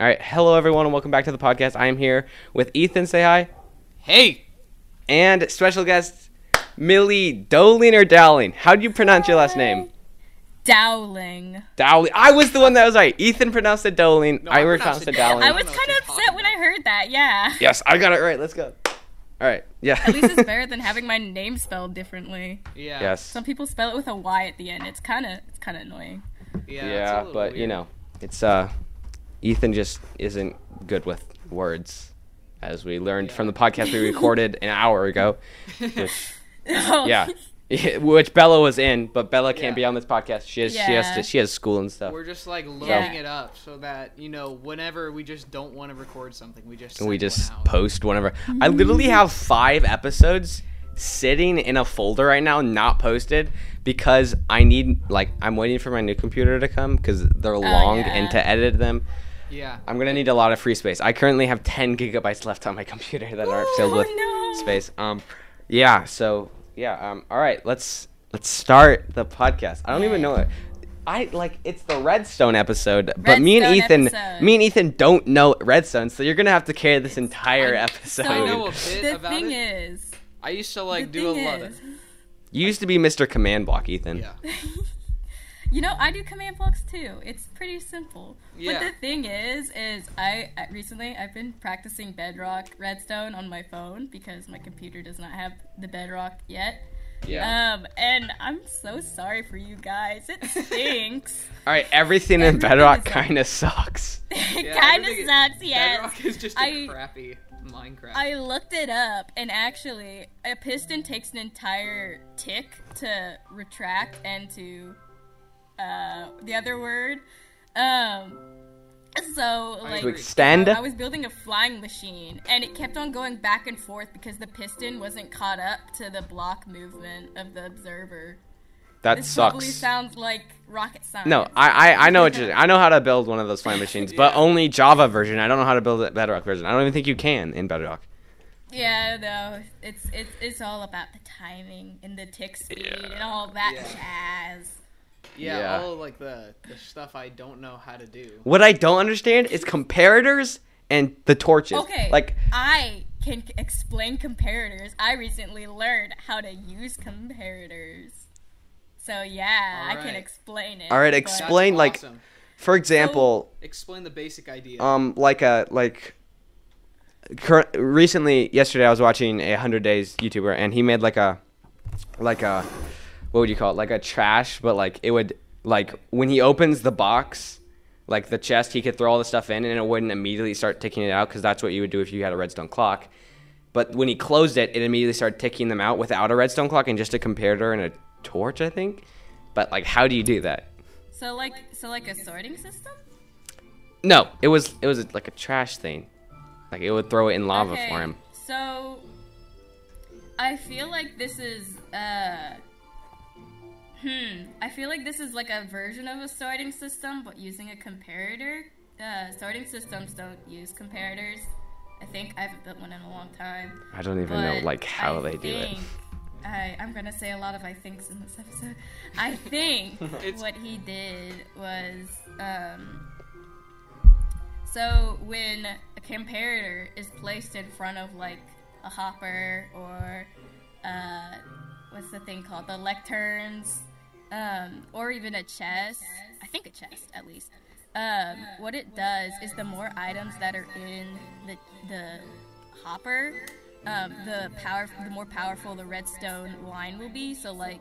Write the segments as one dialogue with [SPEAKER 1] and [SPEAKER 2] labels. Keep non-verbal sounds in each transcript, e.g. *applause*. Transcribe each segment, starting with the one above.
[SPEAKER 1] right. Hello, everyone, and welcome back to the podcast. I am here with Ethan. Say hi.
[SPEAKER 2] Hey,
[SPEAKER 1] And special guest, Millie Dolin or Dowling. How do you pronounce your last name?
[SPEAKER 3] Dowling.
[SPEAKER 1] Dowling. I was the one that was right. Ethan pronounced it Dolin.
[SPEAKER 2] No,
[SPEAKER 1] I,
[SPEAKER 2] I
[SPEAKER 1] pronounced it Dowling.
[SPEAKER 3] I
[SPEAKER 2] don't
[SPEAKER 3] was
[SPEAKER 2] know
[SPEAKER 3] kind
[SPEAKER 2] what
[SPEAKER 3] of
[SPEAKER 2] you're
[SPEAKER 3] upset
[SPEAKER 2] talking
[SPEAKER 3] when I heard that. Yeah.
[SPEAKER 1] yes, I got it right. Let's go. All right. Yeah.
[SPEAKER 3] *laughs* At least it's
[SPEAKER 1] *laughs*
[SPEAKER 3] better than having my name spelled differently.
[SPEAKER 2] yeah,
[SPEAKER 1] yes.
[SPEAKER 3] Some people spell it with a Y at the end. It's kind of it's kind of annoying. *laughs*
[SPEAKER 1] Yeah,
[SPEAKER 2] yeah, it's a little
[SPEAKER 1] but you
[SPEAKER 2] weird.
[SPEAKER 1] know, it's uh, Ethan just isn't good with words, as we learned from the podcast we recorded an hour ago. Which, yeah. *laughs* Which Bella was in, but Bella can't
[SPEAKER 2] Yeah.
[SPEAKER 1] be on this podcast. She has she has
[SPEAKER 3] Yeah.
[SPEAKER 1] to, she has school and stuff.
[SPEAKER 2] we're just like loading
[SPEAKER 3] Yeah.
[SPEAKER 2] it up so that you know whenever we just don't want to record something, we just
[SPEAKER 1] and we
[SPEAKER 2] send
[SPEAKER 1] just
[SPEAKER 2] one out.
[SPEAKER 1] post whenever. I literally have five episodes sitting in a folder right now, not posted, because I need like I'm waiting for my new computer to come because they're long and
[SPEAKER 3] Oh, yeah.
[SPEAKER 1] to edit them.
[SPEAKER 2] yeah.
[SPEAKER 1] I'm gonna need a lot of free space. I currently have 10 gigabytes left on my computer that aren't filled with
[SPEAKER 3] Oh, no.
[SPEAKER 1] space. Um, yeah. So yeah. Um. All right. Let's let's start the podcast. I don't even know it. I like it's the Redstone episode, but me and
[SPEAKER 3] Redstone
[SPEAKER 1] Ethan,
[SPEAKER 3] episode.
[SPEAKER 1] me and Ethan don't know Redstone, so you're gonna have to carry this entire episode.
[SPEAKER 2] I know a bit
[SPEAKER 3] The
[SPEAKER 2] about
[SPEAKER 3] thing
[SPEAKER 2] it.
[SPEAKER 3] is,
[SPEAKER 2] I used to like
[SPEAKER 3] the
[SPEAKER 2] do a
[SPEAKER 3] thing
[SPEAKER 2] lot
[SPEAKER 3] is-
[SPEAKER 2] of
[SPEAKER 1] you used to be Mr. Command Block, Ethan.
[SPEAKER 2] yeah.
[SPEAKER 3] *laughs* You know, I do command blocks too. It's pretty simple.
[SPEAKER 2] Yeah.
[SPEAKER 3] But the thing is, is I I- recently I've been practicing Bedrock Redstone on my phone because my computer does not have the Bedrock yet.
[SPEAKER 1] *laughs* Yeah.
[SPEAKER 3] Um, and I'm so sorry for you guys.
[SPEAKER 1] *laughs*
[SPEAKER 3] It stinks. *laughs*
[SPEAKER 1] All right. Everything in
[SPEAKER 3] Everything
[SPEAKER 1] Bedrock
[SPEAKER 3] is up.
[SPEAKER 1] kind of
[SPEAKER 3] *laughs*
[SPEAKER 1] sucks.
[SPEAKER 3] it
[SPEAKER 2] Yeah,
[SPEAKER 3] kind of
[SPEAKER 2] everything is-
[SPEAKER 3] sucks. Yes.
[SPEAKER 2] Bedrock *laughs* is just a
[SPEAKER 3] I-
[SPEAKER 2] crappy Minecraft.
[SPEAKER 3] I looked it up, and actually, a piston takes an entire tick to retract and to uh, the other word. Um, so like.
[SPEAKER 1] To extend.
[SPEAKER 3] I was building a flying machine and it kept on going back and forth because the piston wasn't caught up to the block movement of the observer.
[SPEAKER 1] That
[SPEAKER 3] This
[SPEAKER 1] sucks.
[SPEAKER 3] probably sounds like rocket science.
[SPEAKER 1] No, I, I, I know what you I know how to build one of those flying machines, but only Java version. I don't know how to build a Bedrock version. I don't even think you can in Bedrock.
[SPEAKER 3] Yeah, no, it's it's it's all about the timing and the tick speed and all that jazz.
[SPEAKER 2] yeah,
[SPEAKER 1] yeah.
[SPEAKER 2] all like the, the stuff I don't know how to do.
[SPEAKER 1] What I don't understand is comparators and the torches.
[SPEAKER 3] Okay,
[SPEAKER 1] Like
[SPEAKER 3] I can c- explain comparators. I recently learned how to use comparators, so yeah, I
[SPEAKER 2] Alright.
[SPEAKER 3] can explain it.
[SPEAKER 1] all right,
[SPEAKER 3] but-
[SPEAKER 2] That's
[SPEAKER 1] explain like
[SPEAKER 2] awesome.
[SPEAKER 1] for example,
[SPEAKER 2] explain the basic idea.
[SPEAKER 1] um like a like current recently yesterday I was watching a 100 days YouTuber and he made like a like a what would you call it? Like a trash, but like it would like when he opens the box like the chest, he could throw all the stuff in, and it wouldn't immediately start ticking it out because that's what you would do if you had a redstone clock. But when he closed it, it immediately started ticking them out without a redstone clock and just a comparator and a torch, I think. But like, how do you do that?
[SPEAKER 3] So like so like a sorting system.
[SPEAKER 1] No, it was it was like a trash thing. Like it would throw it in lava for him.
[SPEAKER 3] So I feel like this is uh hmm, I feel like this is like a version of a sorting system but using a comparator. Uh, sorting systems don't use comparators. I think I haven't built one in a long time.
[SPEAKER 1] I don't even know
[SPEAKER 3] but
[SPEAKER 1] like how
[SPEAKER 3] I
[SPEAKER 1] they do it.
[SPEAKER 3] think- I, I'm gonna say a lot of I thinks in this episode. I think
[SPEAKER 2] It's-
[SPEAKER 3] what he did was um, so when a comparator is placed in front of like a hopper or uh, what's the thing called the lecterns um, or even a chest. I think a chest at least. Um, what it does is the more items that are in the the hopper, um, the power the more powerful the redstone line will be. So like,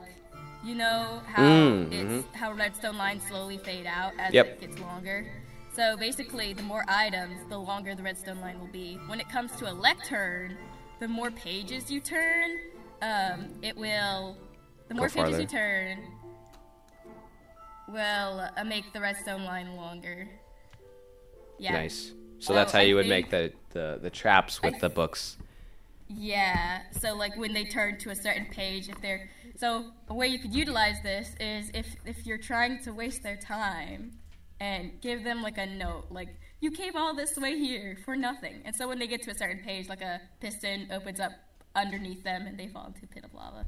[SPEAKER 3] you know how
[SPEAKER 1] Mm,
[SPEAKER 3] it's how redstone lines slowly fade out as
[SPEAKER 1] Yep.
[SPEAKER 3] it gets longer. So basically, the more items, the longer the redstone line will be. When it comes to a lectern, the more pages you turn, um, it will. The more pages
[SPEAKER 1] farther.
[SPEAKER 3] you turn, will uh, make the redstone line longer. Yeah.
[SPEAKER 1] Nice. So
[SPEAKER 3] Oh,
[SPEAKER 1] that's how
[SPEAKER 3] I
[SPEAKER 1] you would
[SPEAKER 3] think-
[SPEAKER 1] make the, the the traps with the books.
[SPEAKER 3] Yeah. So like when they turn to a certain page, if they're so a way you could utilize this is if if you're trying to waste their time, and give them like a note like you came all this way here for nothing. And so when they get to a certain page, like a piston opens up underneath them and they fall into a pit of lava.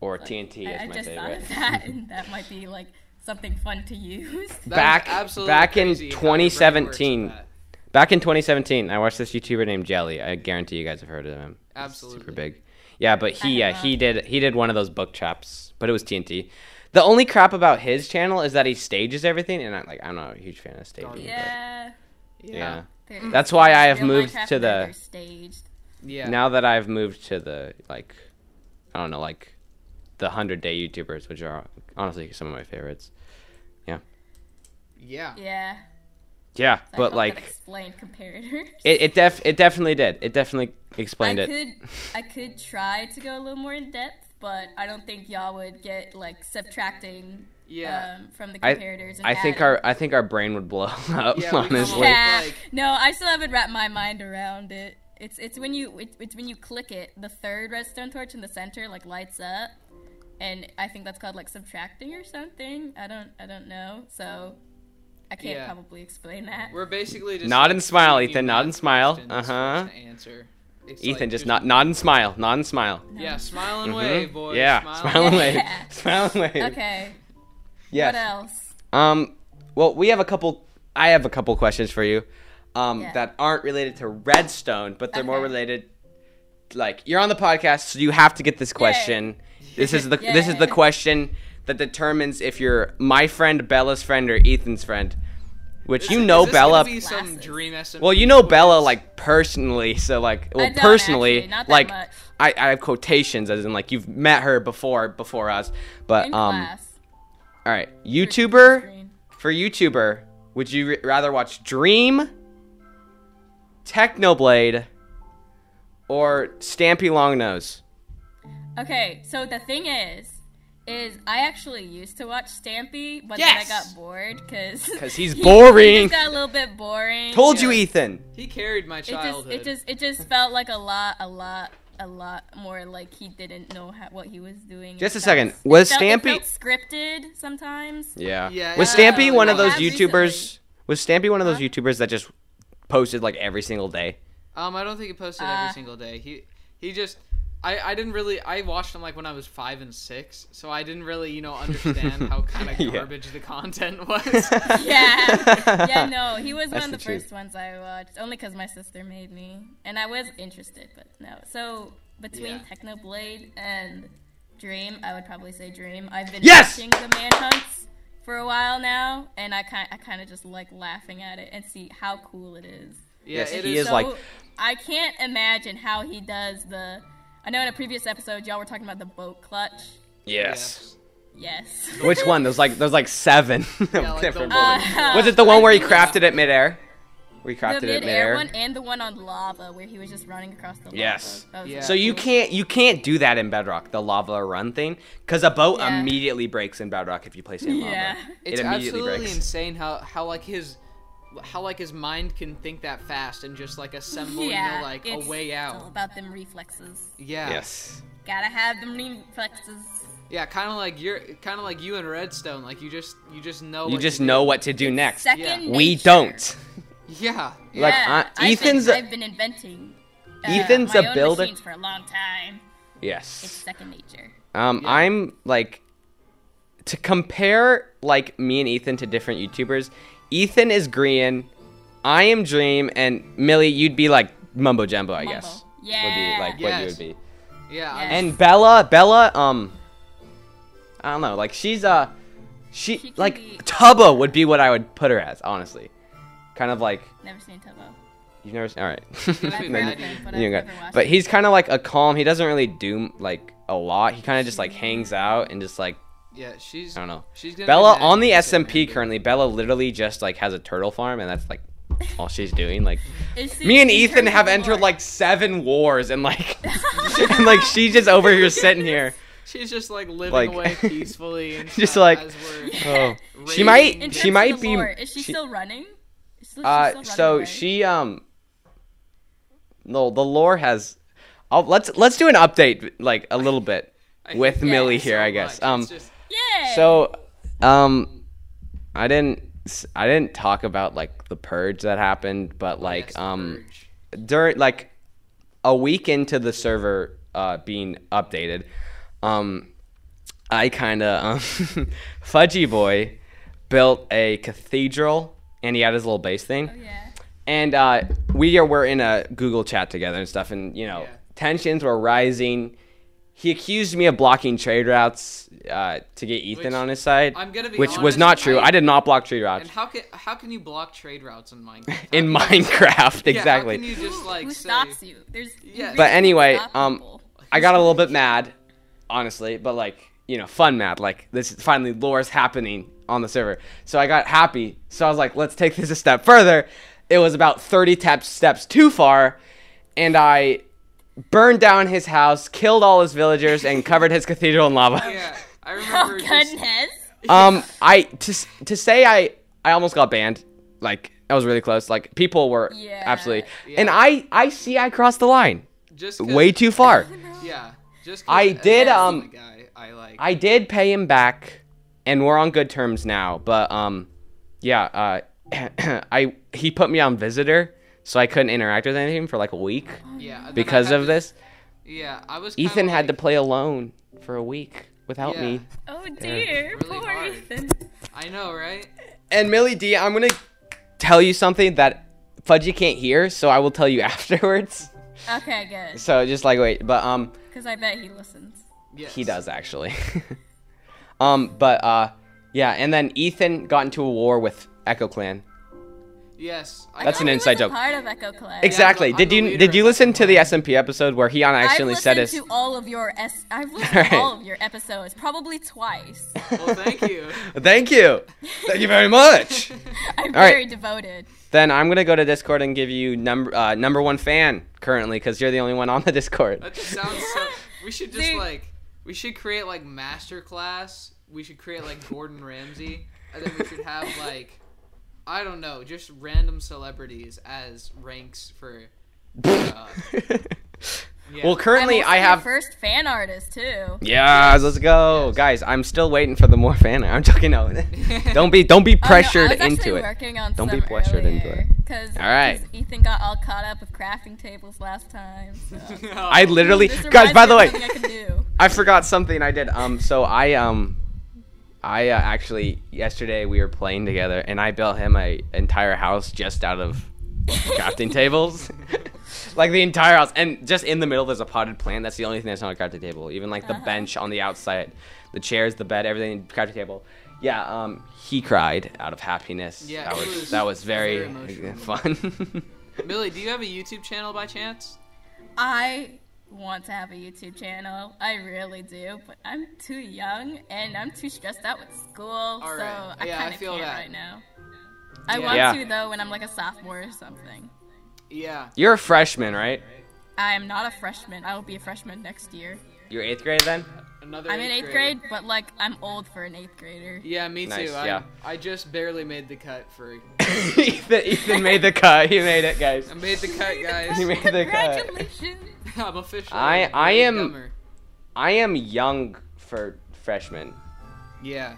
[SPEAKER 1] Or TNT
[SPEAKER 3] I,
[SPEAKER 1] is
[SPEAKER 3] I
[SPEAKER 1] my
[SPEAKER 3] just
[SPEAKER 1] favorite.
[SPEAKER 3] thought
[SPEAKER 1] *laughs*
[SPEAKER 3] of that, and that might be like something fun to use.
[SPEAKER 2] That is
[SPEAKER 1] back
[SPEAKER 2] absolutely
[SPEAKER 1] back in
[SPEAKER 2] crazy how your brain works with
[SPEAKER 1] 2017
[SPEAKER 2] that.
[SPEAKER 1] Back in 2017, I watched this YouTuber named Jelly. I guarantee you guys have heard of him. He's
[SPEAKER 2] Absolutely.
[SPEAKER 1] super big. Yeah, but he
[SPEAKER 3] I
[SPEAKER 1] yeah
[SPEAKER 3] have
[SPEAKER 1] he did he did one of those book traps, but it was TNT. The only crap about his channel is that he stages everything, and I like I'm not a huge fan of staging. but-
[SPEAKER 3] Yeah.
[SPEAKER 1] yeah.
[SPEAKER 3] they're-
[SPEAKER 1] That's why I have
[SPEAKER 3] real
[SPEAKER 1] moved
[SPEAKER 3] Minecraft,
[SPEAKER 1] to
[SPEAKER 3] but
[SPEAKER 1] the-
[SPEAKER 3] they're staged.
[SPEAKER 2] Yeah.
[SPEAKER 1] Now that I've moved to the like, I don't know, like the hundred day YouTubers, which are honestly some of my favorites.
[SPEAKER 2] yeah.
[SPEAKER 3] Yeah.
[SPEAKER 1] Yeah,
[SPEAKER 3] I hope
[SPEAKER 1] but
[SPEAKER 3] that
[SPEAKER 1] like
[SPEAKER 3] explained comparators.
[SPEAKER 1] it it def it definitely did. It definitely *laughs* explained
[SPEAKER 3] I
[SPEAKER 1] it.
[SPEAKER 3] could
[SPEAKER 1] *laughs*
[SPEAKER 3] I could try to go a little more in depth, but I don't think y'all would get like subtracting
[SPEAKER 2] Yeah.
[SPEAKER 3] um, from the
[SPEAKER 1] I-
[SPEAKER 3] comparators. and
[SPEAKER 1] I think
[SPEAKER 3] adding.
[SPEAKER 1] our I think our brain would blow *laughs* up
[SPEAKER 2] Yeah, we
[SPEAKER 1] honestly.
[SPEAKER 2] probably-
[SPEAKER 3] yeah.
[SPEAKER 2] like-
[SPEAKER 3] no, I still haven't wrapped my mind around it. It's it's when you it, it's when you click it, the third redstone torch in the center like lights up, and I think that's called like subtracting or something. I don't I don't know, so I can't
[SPEAKER 2] Yeah.
[SPEAKER 3] probably explain that.
[SPEAKER 2] We're basically just
[SPEAKER 1] Nod
[SPEAKER 2] like,
[SPEAKER 1] and smile,
[SPEAKER 2] giving
[SPEAKER 1] Ethan,
[SPEAKER 2] you
[SPEAKER 1] nod
[SPEAKER 2] math
[SPEAKER 1] and smile.
[SPEAKER 2] questions for us
[SPEAKER 1] Uh-huh.
[SPEAKER 2] to Answer. It's
[SPEAKER 1] Ethan,
[SPEAKER 2] like,
[SPEAKER 1] just
[SPEAKER 2] there's-
[SPEAKER 1] nod, nod and smile, nod and smile.
[SPEAKER 2] Yeah, smile and
[SPEAKER 1] Mhm.
[SPEAKER 2] wave, boys.
[SPEAKER 1] yeah,
[SPEAKER 2] smile,
[SPEAKER 1] smile
[SPEAKER 2] and
[SPEAKER 1] and
[SPEAKER 2] wave.
[SPEAKER 3] *laughs*
[SPEAKER 1] wave,
[SPEAKER 3] Yeah.
[SPEAKER 1] smile and wave.
[SPEAKER 3] Okay.
[SPEAKER 1] Yes.
[SPEAKER 3] What else?
[SPEAKER 1] Um, well, we have a couple. I have a couple questions for you, um,
[SPEAKER 3] Yeah.
[SPEAKER 1] that aren't related to redstone, but they're more
[SPEAKER 3] Okay.
[SPEAKER 1] related. Like you're on the podcast, so you have to get this question. This is the this is the
[SPEAKER 3] Yay.
[SPEAKER 1] question that determines if you're my friend, Bella's friend, or Ethan's friend. Which
[SPEAKER 2] This-
[SPEAKER 1] you know
[SPEAKER 2] is this gonna
[SPEAKER 1] Bella.
[SPEAKER 2] Be some
[SPEAKER 3] Glasses.
[SPEAKER 2] dream SMP
[SPEAKER 1] Well, you know
[SPEAKER 2] quiz?
[SPEAKER 1] Bella like personally, so like well
[SPEAKER 3] I don't
[SPEAKER 1] personally,
[SPEAKER 3] actually, not that
[SPEAKER 1] like
[SPEAKER 3] much.
[SPEAKER 1] I, I have quotations as in like you've met her before before us, but
[SPEAKER 3] In
[SPEAKER 1] um
[SPEAKER 3] class.
[SPEAKER 1] all right, YouTuber
[SPEAKER 3] Screen.
[SPEAKER 1] for YouTuber, would you r- rather watch Dream, Technoblade, or Stampy Longnose?
[SPEAKER 3] Okay, so the thing is, is I actually used to watch Stampy, but
[SPEAKER 2] Yes!
[SPEAKER 3] then I got bored because *laughs*
[SPEAKER 1] 'Cause he's boring.
[SPEAKER 3] got a little bit boring.
[SPEAKER 1] Told you,
[SPEAKER 2] Yeah.
[SPEAKER 1] Ethan.
[SPEAKER 2] He carried my
[SPEAKER 3] It just,
[SPEAKER 2] childhood.
[SPEAKER 3] it just, it just felt like a lot, a lot, a lot more like he didn't know how, what he was doing.
[SPEAKER 1] Just
[SPEAKER 3] It
[SPEAKER 1] a
[SPEAKER 3] felt-
[SPEAKER 1] second.
[SPEAKER 3] it
[SPEAKER 1] Was
[SPEAKER 3] felt- it
[SPEAKER 1] Stampy-
[SPEAKER 3] felt scripted sometimes?
[SPEAKER 1] Yeah.
[SPEAKER 2] Yeah,
[SPEAKER 1] Was
[SPEAKER 2] it was
[SPEAKER 1] Stampy
[SPEAKER 2] really
[SPEAKER 1] one of those
[SPEAKER 3] wrong. Yeah,
[SPEAKER 1] YouTubers?
[SPEAKER 3] recently.
[SPEAKER 1] Was Stampy one of those YouTubers that just posted like every single day?
[SPEAKER 2] Um, I don't think he posted every
[SPEAKER 3] Uh,
[SPEAKER 2] single day. He he just I I didn't really I watched him like when I was five and six, so I didn't really you know understand
[SPEAKER 1] *laughs*
[SPEAKER 2] how kind of
[SPEAKER 1] Yeah.
[SPEAKER 2] garbage the content
[SPEAKER 1] *laughs*
[SPEAKER 2] was.
[SPEAKER 3] *laughs* Yeah, yeah, no, he was one
[SPEAKER 1] That's
[SPEAKER 3] of
[SPEAKER 1] the
[SPEAKER 3] the,
[SPEAKER 1] truth.
[SPEAKER 3] first ones I watched, only because my sister made me, and I was interested, but no. So between
[SPEAKER 2] Yeah.
[SPEAKER 3] Technoblade and Dream, I would probably say Dream. I've been
[SPEAKER 1] Yes!
[SPEAKER 3] watching the manhunts for a while now, and I kind, I kind of just like laughing at it and see how cool it is.
[SPEAKER 2] yeah,
[SPEAKER 1] Yes,
[SPEAKER 2] it
[SPEAKER 1] he
[SPEAKER 2] is.
[SPEAKER 1] is like-
[SPEAKER 3] I can't imagine how he does the. I know in a previous episode y'all were talking about the boat clutch.
[SPEAKER 1] Yes.
[SPEAKER 3] Yes.
[SPEAKER 1] Which one? There's like there's like seven *laughs* of
[SPEAKER 2] like the
[SPEAKER 1] different
[SPEAKER 2] one-
[SPEAKER 1] ones.
[SPEAKER 3] *laughs* Uh,
[SPEAKER 1] Was it the one
[SPEAKER 3] *laughs*
[SPEAKER 1] where he
[SPEAKER 3] I-
[SPEAKER 1] crafted it midair? We crafted
[SPEAKER 3] the
[SPEAKER 1] it midair.
[SPEAKER 3] mid-air one and the one on lava where he was just running across the lava.
[SPEAKER 1] Yes.
[SPEAKER 3] That was
[SPEAKER 2] Yeah.
[SPEAKER 1] So you can't you can't do that in Bedrock, the lava run thing, because a boat
[SPEAKER 3] Yeah.
[SPEAKER 1] immediately breaks in Bedrock if you place it in lava.
[SPEAKER 3] Yeah.
[SPEAKER 2] It's
[SPEAKER 1] it immediately
[SPEAKER 2] absolutely
[SPEAKER 1] breaks.
[SPEAKER 2] insane how how like his how like his mind can think that fast and just like assemble you
[SPEAKER 3] yeah,
[SPEAKER 2] know, like
[SPEAKER 3] it's,
[SPEAKER 2] a way
[SPEAKER 3] It's all
[SPEAKER 2] out.
[SPEAKER 3] about them reflexes.
[SPEAKER 2] Yeah.
[SPEAKER 1] Yes.
[SPEAKER 3] Gotta have them reflexes.
[SPEAKER 2] Yeah, kind of like you're kind of like you and Redstone. Like you just you just know.
[SPEAKER 1] You
[SPEAKER 2] what
[SPEAKER 1] just
[SPEAKER 2] to do.
[SPEAKER 1] know what to do next.
[SPEAKER 3] Second
[SPEAKER 2] Yeah.
[SPEAKER 1] We
[SPEAKER 3] nature.
[SPEAKER 1] don't.
[SPEAKER 2] *laughs* Yeah.
[SPEAKER 1] Like,
[SPEAKER 3] yeah,
[SPEAKER 1] uh,
[SPEAKER 3] I've
[SPEAKER 1] Ethan's-
[SPEAKER 3] Been, I've been inventing. Uh,
[SPEAKER 1] Ethan's
[SPEAKER 3] my
[SPEAKER 1] a
[SPEAKER 3] own
[SPEAKER 1] builder-
[SPEAKER 3] machines for a long time. It's
[SPEAKER 1] Yes.
[SPEAKER 3] second nature.
[SPEAKER 1] Um,
[SPEAKER 2] Yeah.
[SPEAKER 1] I'm like to compare like me and Ethan to different YouTubers. Ethan is Green, I am Dream, and Millie, you'd be like Mumbo Jumbo, I guess.
[SPEAKER 3] Mumbo.
[SPEAKER 1] Would
[SPEAKER 3] Yeah.
[SPEAKER 1] be like what you
[SPEAKER 2] Yes.
[SPEAKER 1] would be.
[SPEAKER 2] Yeah.
[SPEAKER 3] Yeah.
[SPEAKER 2] I'm-
[SPEAKER 1] And Bella, Bella, um, I don't know, like she's uh, she,
[SPEAKER 3] She can
[SPEAKER 1] like
[SPEAKER 3] be-
[SPEAKER 1] Tubbo would be what I would put her as, honestly. Kind of like
[SPEAKER 3] Never seen Tubbo.
[SPEAKER 1] you've never seen. All right, *laughs*
[SPEAKER 2] I've
[SPEAKER 1] Then
[SPEAKER 2] heard
[SPEAKER 1] you-
[SPEAKER 2] of him,
[SPEAKER 3] but
[SPEAKER 1] then you
[SPEAKER 3] I've
[SPEAKER 1] got-
[SPEAKER 3] never watched
[SPEAKER 1] but
[SPEAKER 3] him.
[SPEAKER 1] he's kind of like a calm. He doesn't really do like a lot. He kind of just like hangs out and just like
[SPEAKER 2] yeah. She's.
[SPEAKER 1] I don't know.
[SPEAKER 2] She's gonna be
[SPEAKER 1] Bella
[SPEAKER 2] mad
[SPEAKER 1] on the
[SPEAKER 2] at us at
[SPEAKER 1] SMP
[SPEAKER 2] the end.
[SPEAKER 1] currently. Bella literally just like has a turtle farm, and that's like all she's doing.
[SPEAKER 3] *laughs*
[SPEAKER 1] Like
[SPEAKER 3] It's-
[SPEAKER 1] me and
[SPEAKER 3] it's
[SPEAKER 1] Ethan
[SPEAKER 3] turning
[SPEAKER 1] have
[SPEAKER 3] the
[SPEAKER 1] entered
[SPEAKER 3] war.
[SPEAKER 1] like seven wars, and
[SPEAKER 3] *laughs*
[SPEAKER 1] like *laughs* and like she's just over here sitting here.
[SPEAKER 2] She's just like living
[SPEAKER 1] Like-
[SPEAKER 2] away
[SPEAKER 1] *laughs*
[SPEAKER 2] peacefully and
[SPEAKER 1] Just
[SPEAKER 2] stuff
[SPEAKER 1] like-
[SPEAKER 2] as we're-
[SPEAKER 3] *laughs*
[SPEAKER 1] Oh, she
[SPEAKER 2] Raiding-
[SPEAKER 1] might.
[SPEAKER 3] In terms
[SPEAKER 1] She
[SPEAKER 3] of
[SPEAKER 1] might
[SPEAKER 3] the
[SPEAKER 1] be.
[SPEAKER 3] lore, Is she,
[SPEAKER 1] she-
[SPEAKER 3] still running? Is she- she's still
[SPEAKER 1] Uh,
[SPEAKER 3] running
[SPEAKER 1] so
[SPEAKER 3] away?
[SPEAKER 1] she um. No, the lore has. I'll, let's let's do an update like a little bit
[SPEAKER 2] I
[SPEAKER 1] with
[SPEAKER 2] hate
[SPEAKER 1] Millie
[SPEAKER 2] so
[SPEAKER 1] here, I
[SPEAKER 2] much.
[SPEAKER 1] guess.
[SPEAKER 2] It's
[SPEAKER 1] Um,
[SPEAKER 2] just-
[SPEAKER 3] Yeah.
[SPEAKER 1] so, um, I didn't s- I didn't talk about like the purge that happened, but like
[SPEAKER 2] Oh, yes,
[SPEAKER 1] um
[SPEAKER 2] purge.
[SPEAKER 1] during like a week into the server uh, being updated, um, I kind of um, *laughs* Fudgy Boy built a cathedral and he had his little base thing.
[SPEAKER 3] yeah.
[SPEAKER 1] and uh, we are were in a Google chat together and stuff, and you know
[SPEAKER 2] Yeah.
[SPEAKER 1] tensions were rising. He accused me of blocking trade routes uh, to get Ethan
[SPEAKER 2] Which-
[SPEAKER 1] on his side,
[SPEAKER 2] I'm gonna be
[SPEAKER 1] which was
[SPEAKER 2] honest,
[SPEAKER 1] not true.
[SPEAKER 2] I-
[SPEAKER 1] I, did not block trade
[SPEAKER 2] And
[SPEAKER 1] routes
[SPEAKER 2] how can how can you block trade routes in Minecraft?
[SPEAKER 1] in Minecraft,
[SPEAKER 2] *laughs* Yeah,
[SPEAKER 1] exactly.
[SPEAKER 2] How can you just like
[SPEAKER 3] Who
[SPEAKER 2] say-
[SPEAKER 3] stops you? There's you
[SPEAKER 2] Yeah.
[SPEAKER 3] really
[SPEAKER 1] but
[SPEAKER 3] can't
[SPEAKER 1] anyway,
[SPEAKER 3] stop
[SPEAKER 1] um,
[SPEAKER 3] *laughs* people.
[SPEAKER 1] I got a little bit mad, honestly, but like, you know, fun mad. Like, this is finally lore's happening on the server. So I got happy. So I was like, let's take this a step further. It was about 30 tap steps too far, and I burned down his house, killed all his villagers,
[SPEAKER 2] *laughs*
[SPEAKER 1] and covered his cathedral in lava.
[SPEAKER 2] Yeah,
[SPEAKER 3] *laughs*
[SPEAKER 2] I
[SPEAKER 3] Oh
[SPEAKER 2] remember. just,
[SPEAKER 3] goodness!
[SPEAKER 1] *laughs* Um, I to s- to say I I almost got banned. Like, I was really close. Like, people were
[SPEAKER 3] Yeah.
[SPEAKER 1] absolutely,
[SPEAKER 2] Yeah.
[SPEAKER 1] and I I see I crossed the line
[SPEAKER 2] just 'cause-
[SPEAKER 1] way too
[SPEAKER 2] *laughs*
[SPEAKER 1] far.
[SPEAKER 2] Yeah, just. 'cause
[SPEAKER 1] I
[SPEAKER 2] that's
[SPEAKER 1] did,
[SPEAKER 2] the
[SPEAKER 1] um,
[SPEAKER 2] Guy, I like.
[SPEAKER 1] I did pay him back, and we're on good terms now. But um, yeah, uh, *clears throat* I he put me on visitor, so I couldn't interact with anything for like a week
[SPEAKER 2] yeah. and then I
[SPEAKER 1] because
[SPEAKER 2] had
[SPEAKER 1] of
[SPEAKER 2] to-
[SPEAKER 1] this.
[SPEAKER 2] Yeah, I was. kinda
[SPEAKER 1] Ethan had to
[SPEAKER 2] like-
[SPEAKER 1] play alone for a week without
[SPEAKER 2] yeah,
[SPEAKER 1] me.
[SPEAKER 3] Oh dear,
[SPEAKER 2] Really
[SPEAKER 3] poor
[SPEAKER 2] hard.
[SPEAKER 3] Ethan.
[SPEAKER 2] I know, right?
[SPEAKER 1] And Millie D, I'm gonna tell you something that Fudgy can't hear, so I will tell you *laughs* afterwards.
[SPEAKER 3] Okay, good.
[SPEAKER 1] So just like wait, but um,
[SPEAKER 3] Because I bet he listens.
[SPEAKER 2] Yes.
[SPEAKER 1] He does actually. *laughs* um, but uh, yeah, and then Ethan got into a war with Echo Clan.
[SPEAKER 2] Yes. I
[SPEAKER 1] That's *laughs*
[SPEAKER 3] I
[SPEAKER 1] an
[SPEAKER 3] thought he
[SPEAKER 1] inside
[SPEAKER 3] was a
[SPEAKER 1] joke.
[SPEAKER 3] Part of Echo Club.
[SPEAKER 1] Exactly.
[SPEAKER 2] I'm
[SPEAKER 1] did
[SPEAKER 2] the
[SPEAKER 1] you
[SPEAKER 2] leader
[SPEAKER 1] did you
[SPEAKER 2] of
[SPEAKER 1] listen to the SMP episode where he
[SPEAKER 3] I've
[SPEAKER 1] accidentally
[SPEAKER 3] listened
[SPEAKER 1] said his?
[SPEAKER 3] to all of your es-
[SPEAKER 1] *laughs*
[SPEAKER 3] I've listened
[SPEAKER 1] Alright.
[SPEAKER 3] to all of your episodes, probably twice. *laughs*
[SPEAKER 2] Well, thank you.
[SPEAKER 1] *laughs* Thank you. Thank you very
[SPEAKER 3] *laughs*
[SPEAKER 1] much.
[SPEAKER 3] I'm
[SPEAKER 1] Alright.
[SPEAKER 3] very devoted.
[SPEAKER 1] then I'm gonna go to Discord and give you number uh, number one fan currently because you're the only one on the Discord.
[SPEAKER 2] *laughs* That just sounds so. We should just
[SPEAKER 3] Dude.
[SPEAKER 2] like. We should create like master class. We should create like Gordon Ramsay, and then we should have like, I don't know, just random celebrities as ranks for. Uh,
[SPEAKER 1] *laughs*
[SPEAKER 2] yeah.
[SPEAKER 1] well,
[SPEAKER 2] *laughs*
[SPEAKER 1] currently
[SPEAKER 3] I'm also
[SPEAKER 1] I
[SPEAKER 3] your
[SPEAKER 1] have.
[SPEAKER 3] first fan artist too.
[SPEAKER 1] Yes, let's go, guys. I'm still waiting for the more fan. *laughs* I'm joking.
[SPEAKER 3] *laughs*
[SPEAKER 1] No, don't be don't be
[SPEAKER 3] Oh, no, I was
[SPEAKER 1] pressured
[SPEAKER 3] actually
[SPEAKER 1] into it.
[SPEAKER 3] Working on
[SPEAKER 1] Don't be pressured into it.
[SPEAKER 3] Because
[SPEAKER 1] Alright.
[SPEAKER 3] Ethan got all caught up with crafting tables last time. So.
[SPEAKER 1] I *laughs* literally,
[SPEAKER 3] This
[SPEAKER 1] guys.
[SPEAKER 3] reminds
[SPEAKER 1] By
[SPEAKER 3] me
[SPEAKER 1] the
[SPEAKER 3] of
[SPEAKER 1] way,
[SPEAKER 3] something I can do.
[SPEAKER 1] I forgot something I did. Um, so I um, I uh, actually yesterday we were playing together, and I built him a entire house just out of crafting tables, *laughs* like the entire house, and just in the middle there's a potted plant. That's the only thing that's not a crafting table. Even like the bench on the outside, the chairs, the bed, everything crafting table. Yeah, um, he cried out of happiness.
[SPEAKER 2] Yeah,
[SPEAKER 1] that
[SPEAKER 2] it
[SPEAKER 1] was,
[SPEAKER 2] was
[SPEAKER 1] that was very,
[SPEAKER 2] very emotional.
[SPEAKER 1] *laughs* fun.
[SPEAKER 2] *laughs* Millie, do you have a YouTube channel by chance?
[SPEAKER 3] I want to have a YouTube channel. I really do, but I'm too young and I'm too stressed out with school, so
[SPEAKER 2] right.
[SPEAKER 3] I
[SPEAKER 2] Yeah, I
[SPEAKER 3] kind of
[SPEAKER 2] feel
[SPEAKER 3] can't
[SPEAKER 2] that.
[SPEAKER 3] right now. I
[SPEAKER 2] Yeah.
[SPEAKER 3] want
[SPEAKER 1] Yeah.
[SPEAKER 3] to though when I'm like a sophomore or something.
[SPEAKER 2] Yeah.
[SPEAKER 1] You're a freshman, right?
[SPEAKER 3] I am not a freshman. I will be a freshman next year.
[SPEAKER 1] You're eighth grade then. *laughs*
[SPEAKER 2] Another.
[SPEAKER 3] I'm in eighth grade, but like I'm old for an eighth grader.
[SPEAKER 2] Yeah, me
[SPEAKER 1] Nice,
[SPEAKER 2] too. I,
[SPEAKER 1] yeah.
[SPEAKER 2] I just barely made the cut for.
[SPEAKER 1] Ethan, Ethan made the cut. He made it, guys.
[SPEAKER 2] I made the
[SPEAKER 3] *laughs*
[SPEAKER 1] *laughs*
[SPEAKER 2] cut,
[SPEAKER 1] He
[SPEAKER 2] guys.
[SPEAKER 1] made the cut.
[SPEAKER 3] Congratulations!
[SPEAKER 2] I'm officially.
[SPEAKER 1] I-
[SPEAKER 2] a
[SPEAKER 1] I
[SPEAKER 2] big
[SPEAKER 1] am-
[SPEAKER 2] dumber.
[SPEAKER 1] I am young for freshmen,
[SPEAKER 2] Yeah.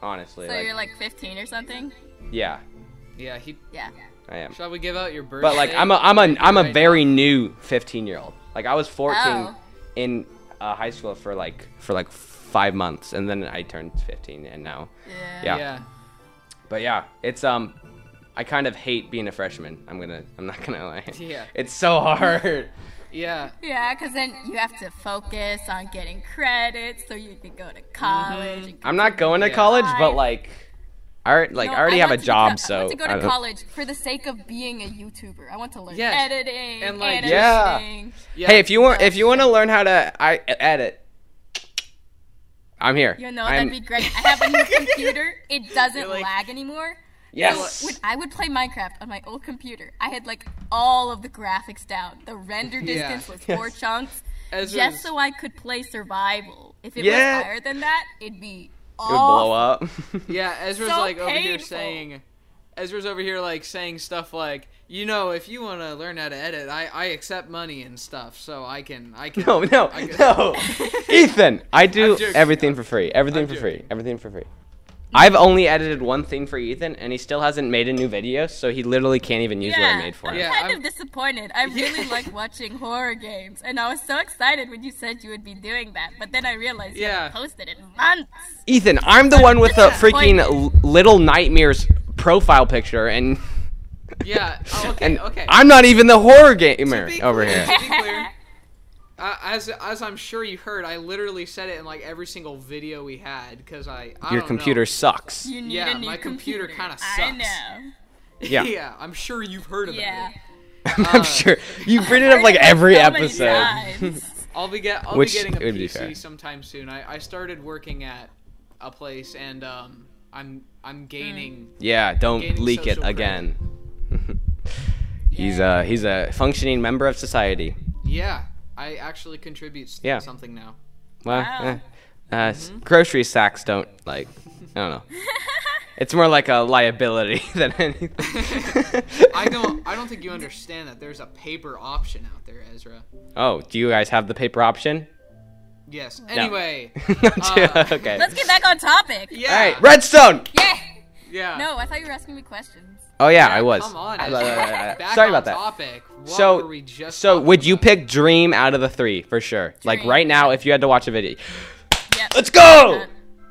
[SPEAKER 1] honestly.
[SPEAKER 3] so
[SPEAKER 1] like,
[SPEAKER 3] you're like 15 or something?
[SPEAKER 1] yeah,
[SPEAKER 2] Yeah. He.
[SPEAKER 3] Yeah.
[SPEAKER 1] I am.
[SPEAKER 2] Shall we give out your birthday?
[SPEAKER 1] But like, I'm a I'm a I'm a
[SPEAKER 2] Right
[SPEAKER 1] very new 15 year old. Like I was 14
[SPEAKER 3] Oh.
[SPEAKER 1] in uh, high school for like for like five months, and then I turned 15, and now.
[SPEAKER 3] Yeah.
[SPEAKER 1] Yeah.
[SPEAKER 2] now. Yeah.
[SPEAKER 1] But yeah, it's um, I kind of hate being a freshman. I'm gonna I'm not gonna
[SPEAKER 3] *laughs*
[SPEAKER 1] lie.
[SPEAKER 2] Yeah.
[SPEAKER 1] It's so hard.
[SPEAKER 2] Yeah.
[SPEAKER 3] Yeah, because then you have to focus on getting credits so you can go to college. and
[SPEAKER 1] I'm not going to
[SPEAKER 2] Yeah.
[SPEAKER 1] college, but
[SPEAKER 3] Five.
[SPEAKER 1] like, I alre- like
[SPEAKER 3] No,
[SPEAKER 1] I already
[SPEAKER 3] I
[SPEAKER 1] have a
[SPEAKER 3] want to
[SPEAKER 1] job,
[SPEAKER 3] become-
[SPEAKER 1] so
[SPEAKER 3] I want to go
[SPEAKER 1] I
[SPEAKER 3] to
[SPEAKER 1] don't-
[SPEAKER 3] college for the sake of being a YouTuber. I want to learn
[SPEAKER 2] Yes. And,
[SPEAKER 3] editing and
[SPEAKER 2] like-
[SPEAKER 3] like
[SPEAKER 1] Yeah.
[SPEAKER 3] editing.
[SPEAKER 2] Yeah.
[SPEAKER 1] Hey, if you want,
[SPEAKER 3] Yeah.
[SPEAKER 1] if you want to learn how to I, e, edit, I'm here.
[SPEAKER 3] You know
[SPEAKER 1] I'm,
[SPEAKER 3] that'd be great. I have a
[SPEAKER 1] *laughs*
[SPEAKER 3] new computer. It doesn't
[SPEAKER 2] like-
[SPEAKER 3] lag anymore.
[SPEAKER 1] Yes.
[SPEAKER 3] When I would play Minecraft on my old computer, I had like all of the graphics down. The
[SPEAKER 2] *laughs*
[SPEAKER 3] render
[SPEAKER 2] Yeah.
[SPEAKER 3] distance was four
[SPEAKER 1] Yes.
[SPEAKER 3] chunks,
[SPEAKER 2] Ezra's-
[SPEAKER 3] just so I could play survival. If it
[SPEAKER 1] Yeah.
[SPEAKER 3] was higher than that, it'd
[SPEAKER 1] It
[SPEAKER 3] be
[SPEAKER 1] would blow up. *laughs*
[SPEAKER 2] Yeah, Ezra's
[SPEAKER 3] So
[SPEAKER 2] like over here
[SPEAKER 3] painful.
[SPEAKER 2] saying, Ezra's over here like saying stuff like, you know, if you want to learn how to edit, I I accept money and stuff, so I can I can.
[SPEAKER 1] *laughs* no, no,
[SPEAKER 2] I can-
[SPEAKER 1] no. Ethan, I do
[SPEAKER 2] joking.
[SPEAKER 1] everything for free. Everything
[SPEAKER 2] I'm
[SPEAKER 1] for free.
[SPEAKER 2] joking.
[SPEAKER 1] Everything for free. I've only edited one thing for Ethan, and he still hasn't made a new video, so he literally can't even use what I made for
[SPEAKER 3] I'm
[SPEAKER 1] him.
[SPEAKER 2] Yeah,
[SPEAKER 3] kind
[SPEAKER 2] I'm-
[SPEAKER 3] of disappointed.
[SPEAKER 2] *laughs*
[SPEAKER 3] I really like watching horror games, and I was so excited when you said you would be doing that, but then I realized you
[SPEAKER 2] Yeah.
[SPEAKER 3] haven't posted in months.
[SPEAKER 1] Ethan, I'm the one with the freaking
[SPEAKER 3] disappointed.
[SPEAKER 1] L- Little Nightmares profile picture, and
[SPEAKER 2] *laughs* Yeah. oh, okay.
[SPEAKER 1] And
[SPEAKER 2] okay.
[SPEAKER 1] I'm not even the horror
[SPEAKER 2] To
[SPEAKER 1] gamer
[SPEAKER 2] be
[SPEAKER 1] over here.
[SPEAKER 2] clear- To be
[SPEAKER 3] *laughs*
[SPEAKER 2] clear, uh, as as I'm sure you heard, I literally said it in like every single video we had because I, I
[SPEAKER 1] Your
[SPEAKER 2] don't
[SPEAKER 1] computer
[SPEAKER 2] know.
[SPEAKER 1] sucks.
[SPEAKER 3] You need
[SPEAKER 2] Yeah,
[SPEAKER 3] a new
[SPEAKER 2] my computer kinda
[SPEAKER 3] I
[SPEAKER 2] sucks.
[SPEAKER 3] know.
[SPEAKER 2] *laughs*
[SPEAKER 1] Yeah.
[SPEAKER 2] yeah, I'm sure you've heard of
[SPEAKER 3] Yeah.
[SPEAKER 1] *laughs*
[SPEAKER 2] it. Um,
[SPEAKER 1] I'm sure you bring it up
[SPEAKER 2] *laughs*
[SPEAKER 1] like every
[SPEAKER 3] So many
[SPEAKER 1] episode. *laughs*
[SPEAKER 3] times.
[SPEAKER 2] I'll be get I'll
[SPEAKER 1] Which
[SPEAKER 2] be getting a
[SPEAKER 1] would be fair.
[SPEAKER 2] PC sometime soon. I, I started working at a place and um I'm I'm
[SPEAKER 3] Mm.
[SPEAKER 2] gaining
[SPEAKER 1] yeah, don't
[SPEAKER 2] Gaining
[SPEAKER 1] leak it
[SPEAKER 2] social
[SPEAKER 1] again. *laughs* he's a he's a functioning member of society.
[SPEAKER 2] yeah I actually contribute s-
[SPEAKER 1] Yeah.
[SPEAKER 2] something now.
[SPEAKER 1] Well,
[SPEAKER 3] Wow.
[SPEAKER 1] eh, uh, s-
[SPEAKER 2] Mm-hmm.
[SPEAKER 1] grocery sacks don't like. I
[SPEAKER 2] *laughs*
[SPEAKER 1] don't know. it's more like a liability *laughs* than anything.
[SPEAKER 2] I don't I don't think you understand that there's a paper option out there, Ezra.
[SPEAKER 1] *laughs* Oh, do you guys have the paper option? *laughs*
[SPEAKER 2] Yes. Anyway. Uh,
[SPEAKER 1] Yeah, *laughs* okay.
[SPEAKER 3] Let's get back on topic.
[SPEAKER 1] All
[SPEAKER 2] Yeah.
[SPEAKER 1] right, redstone.
[SPEAKER 3] Yeah.
[SPEAKER 2] Yeah.
[SPEAKER 3] No, I thought you were asking me questions.
[SPEAKER 1] Oh yeah, I was.
[SPEAKER 2] Come
[SPEAKER 1] *laughs*
[SPEAKER 2] on.
[SPEAKER 1] I-
[SPEAKER 2] Ezra.
[SPEAKER 1] I- I- I-
[SPEAKER 2] Back
[SPEAKER 1] Sorry
[SPEAKER 2] on
[SPEAKER 1] about that.
[SPEAKER 2] Topic. What
[SPEAKER 1] so,
[SPEAKER 2] were we just
[SPEAKER 1] so
[SPEAKER 2] talking
[SPEAKER 1] would you
[SPEAKER 2] about?
[SPEAKER 1] pick Dream out of the three for sure? Like
[SPEAKER 3] Dream.
[SPEAKER 1] right now, if you had to watch a video,
[SPEAKER 3] Yep.
[SPEAKER 1] let's go.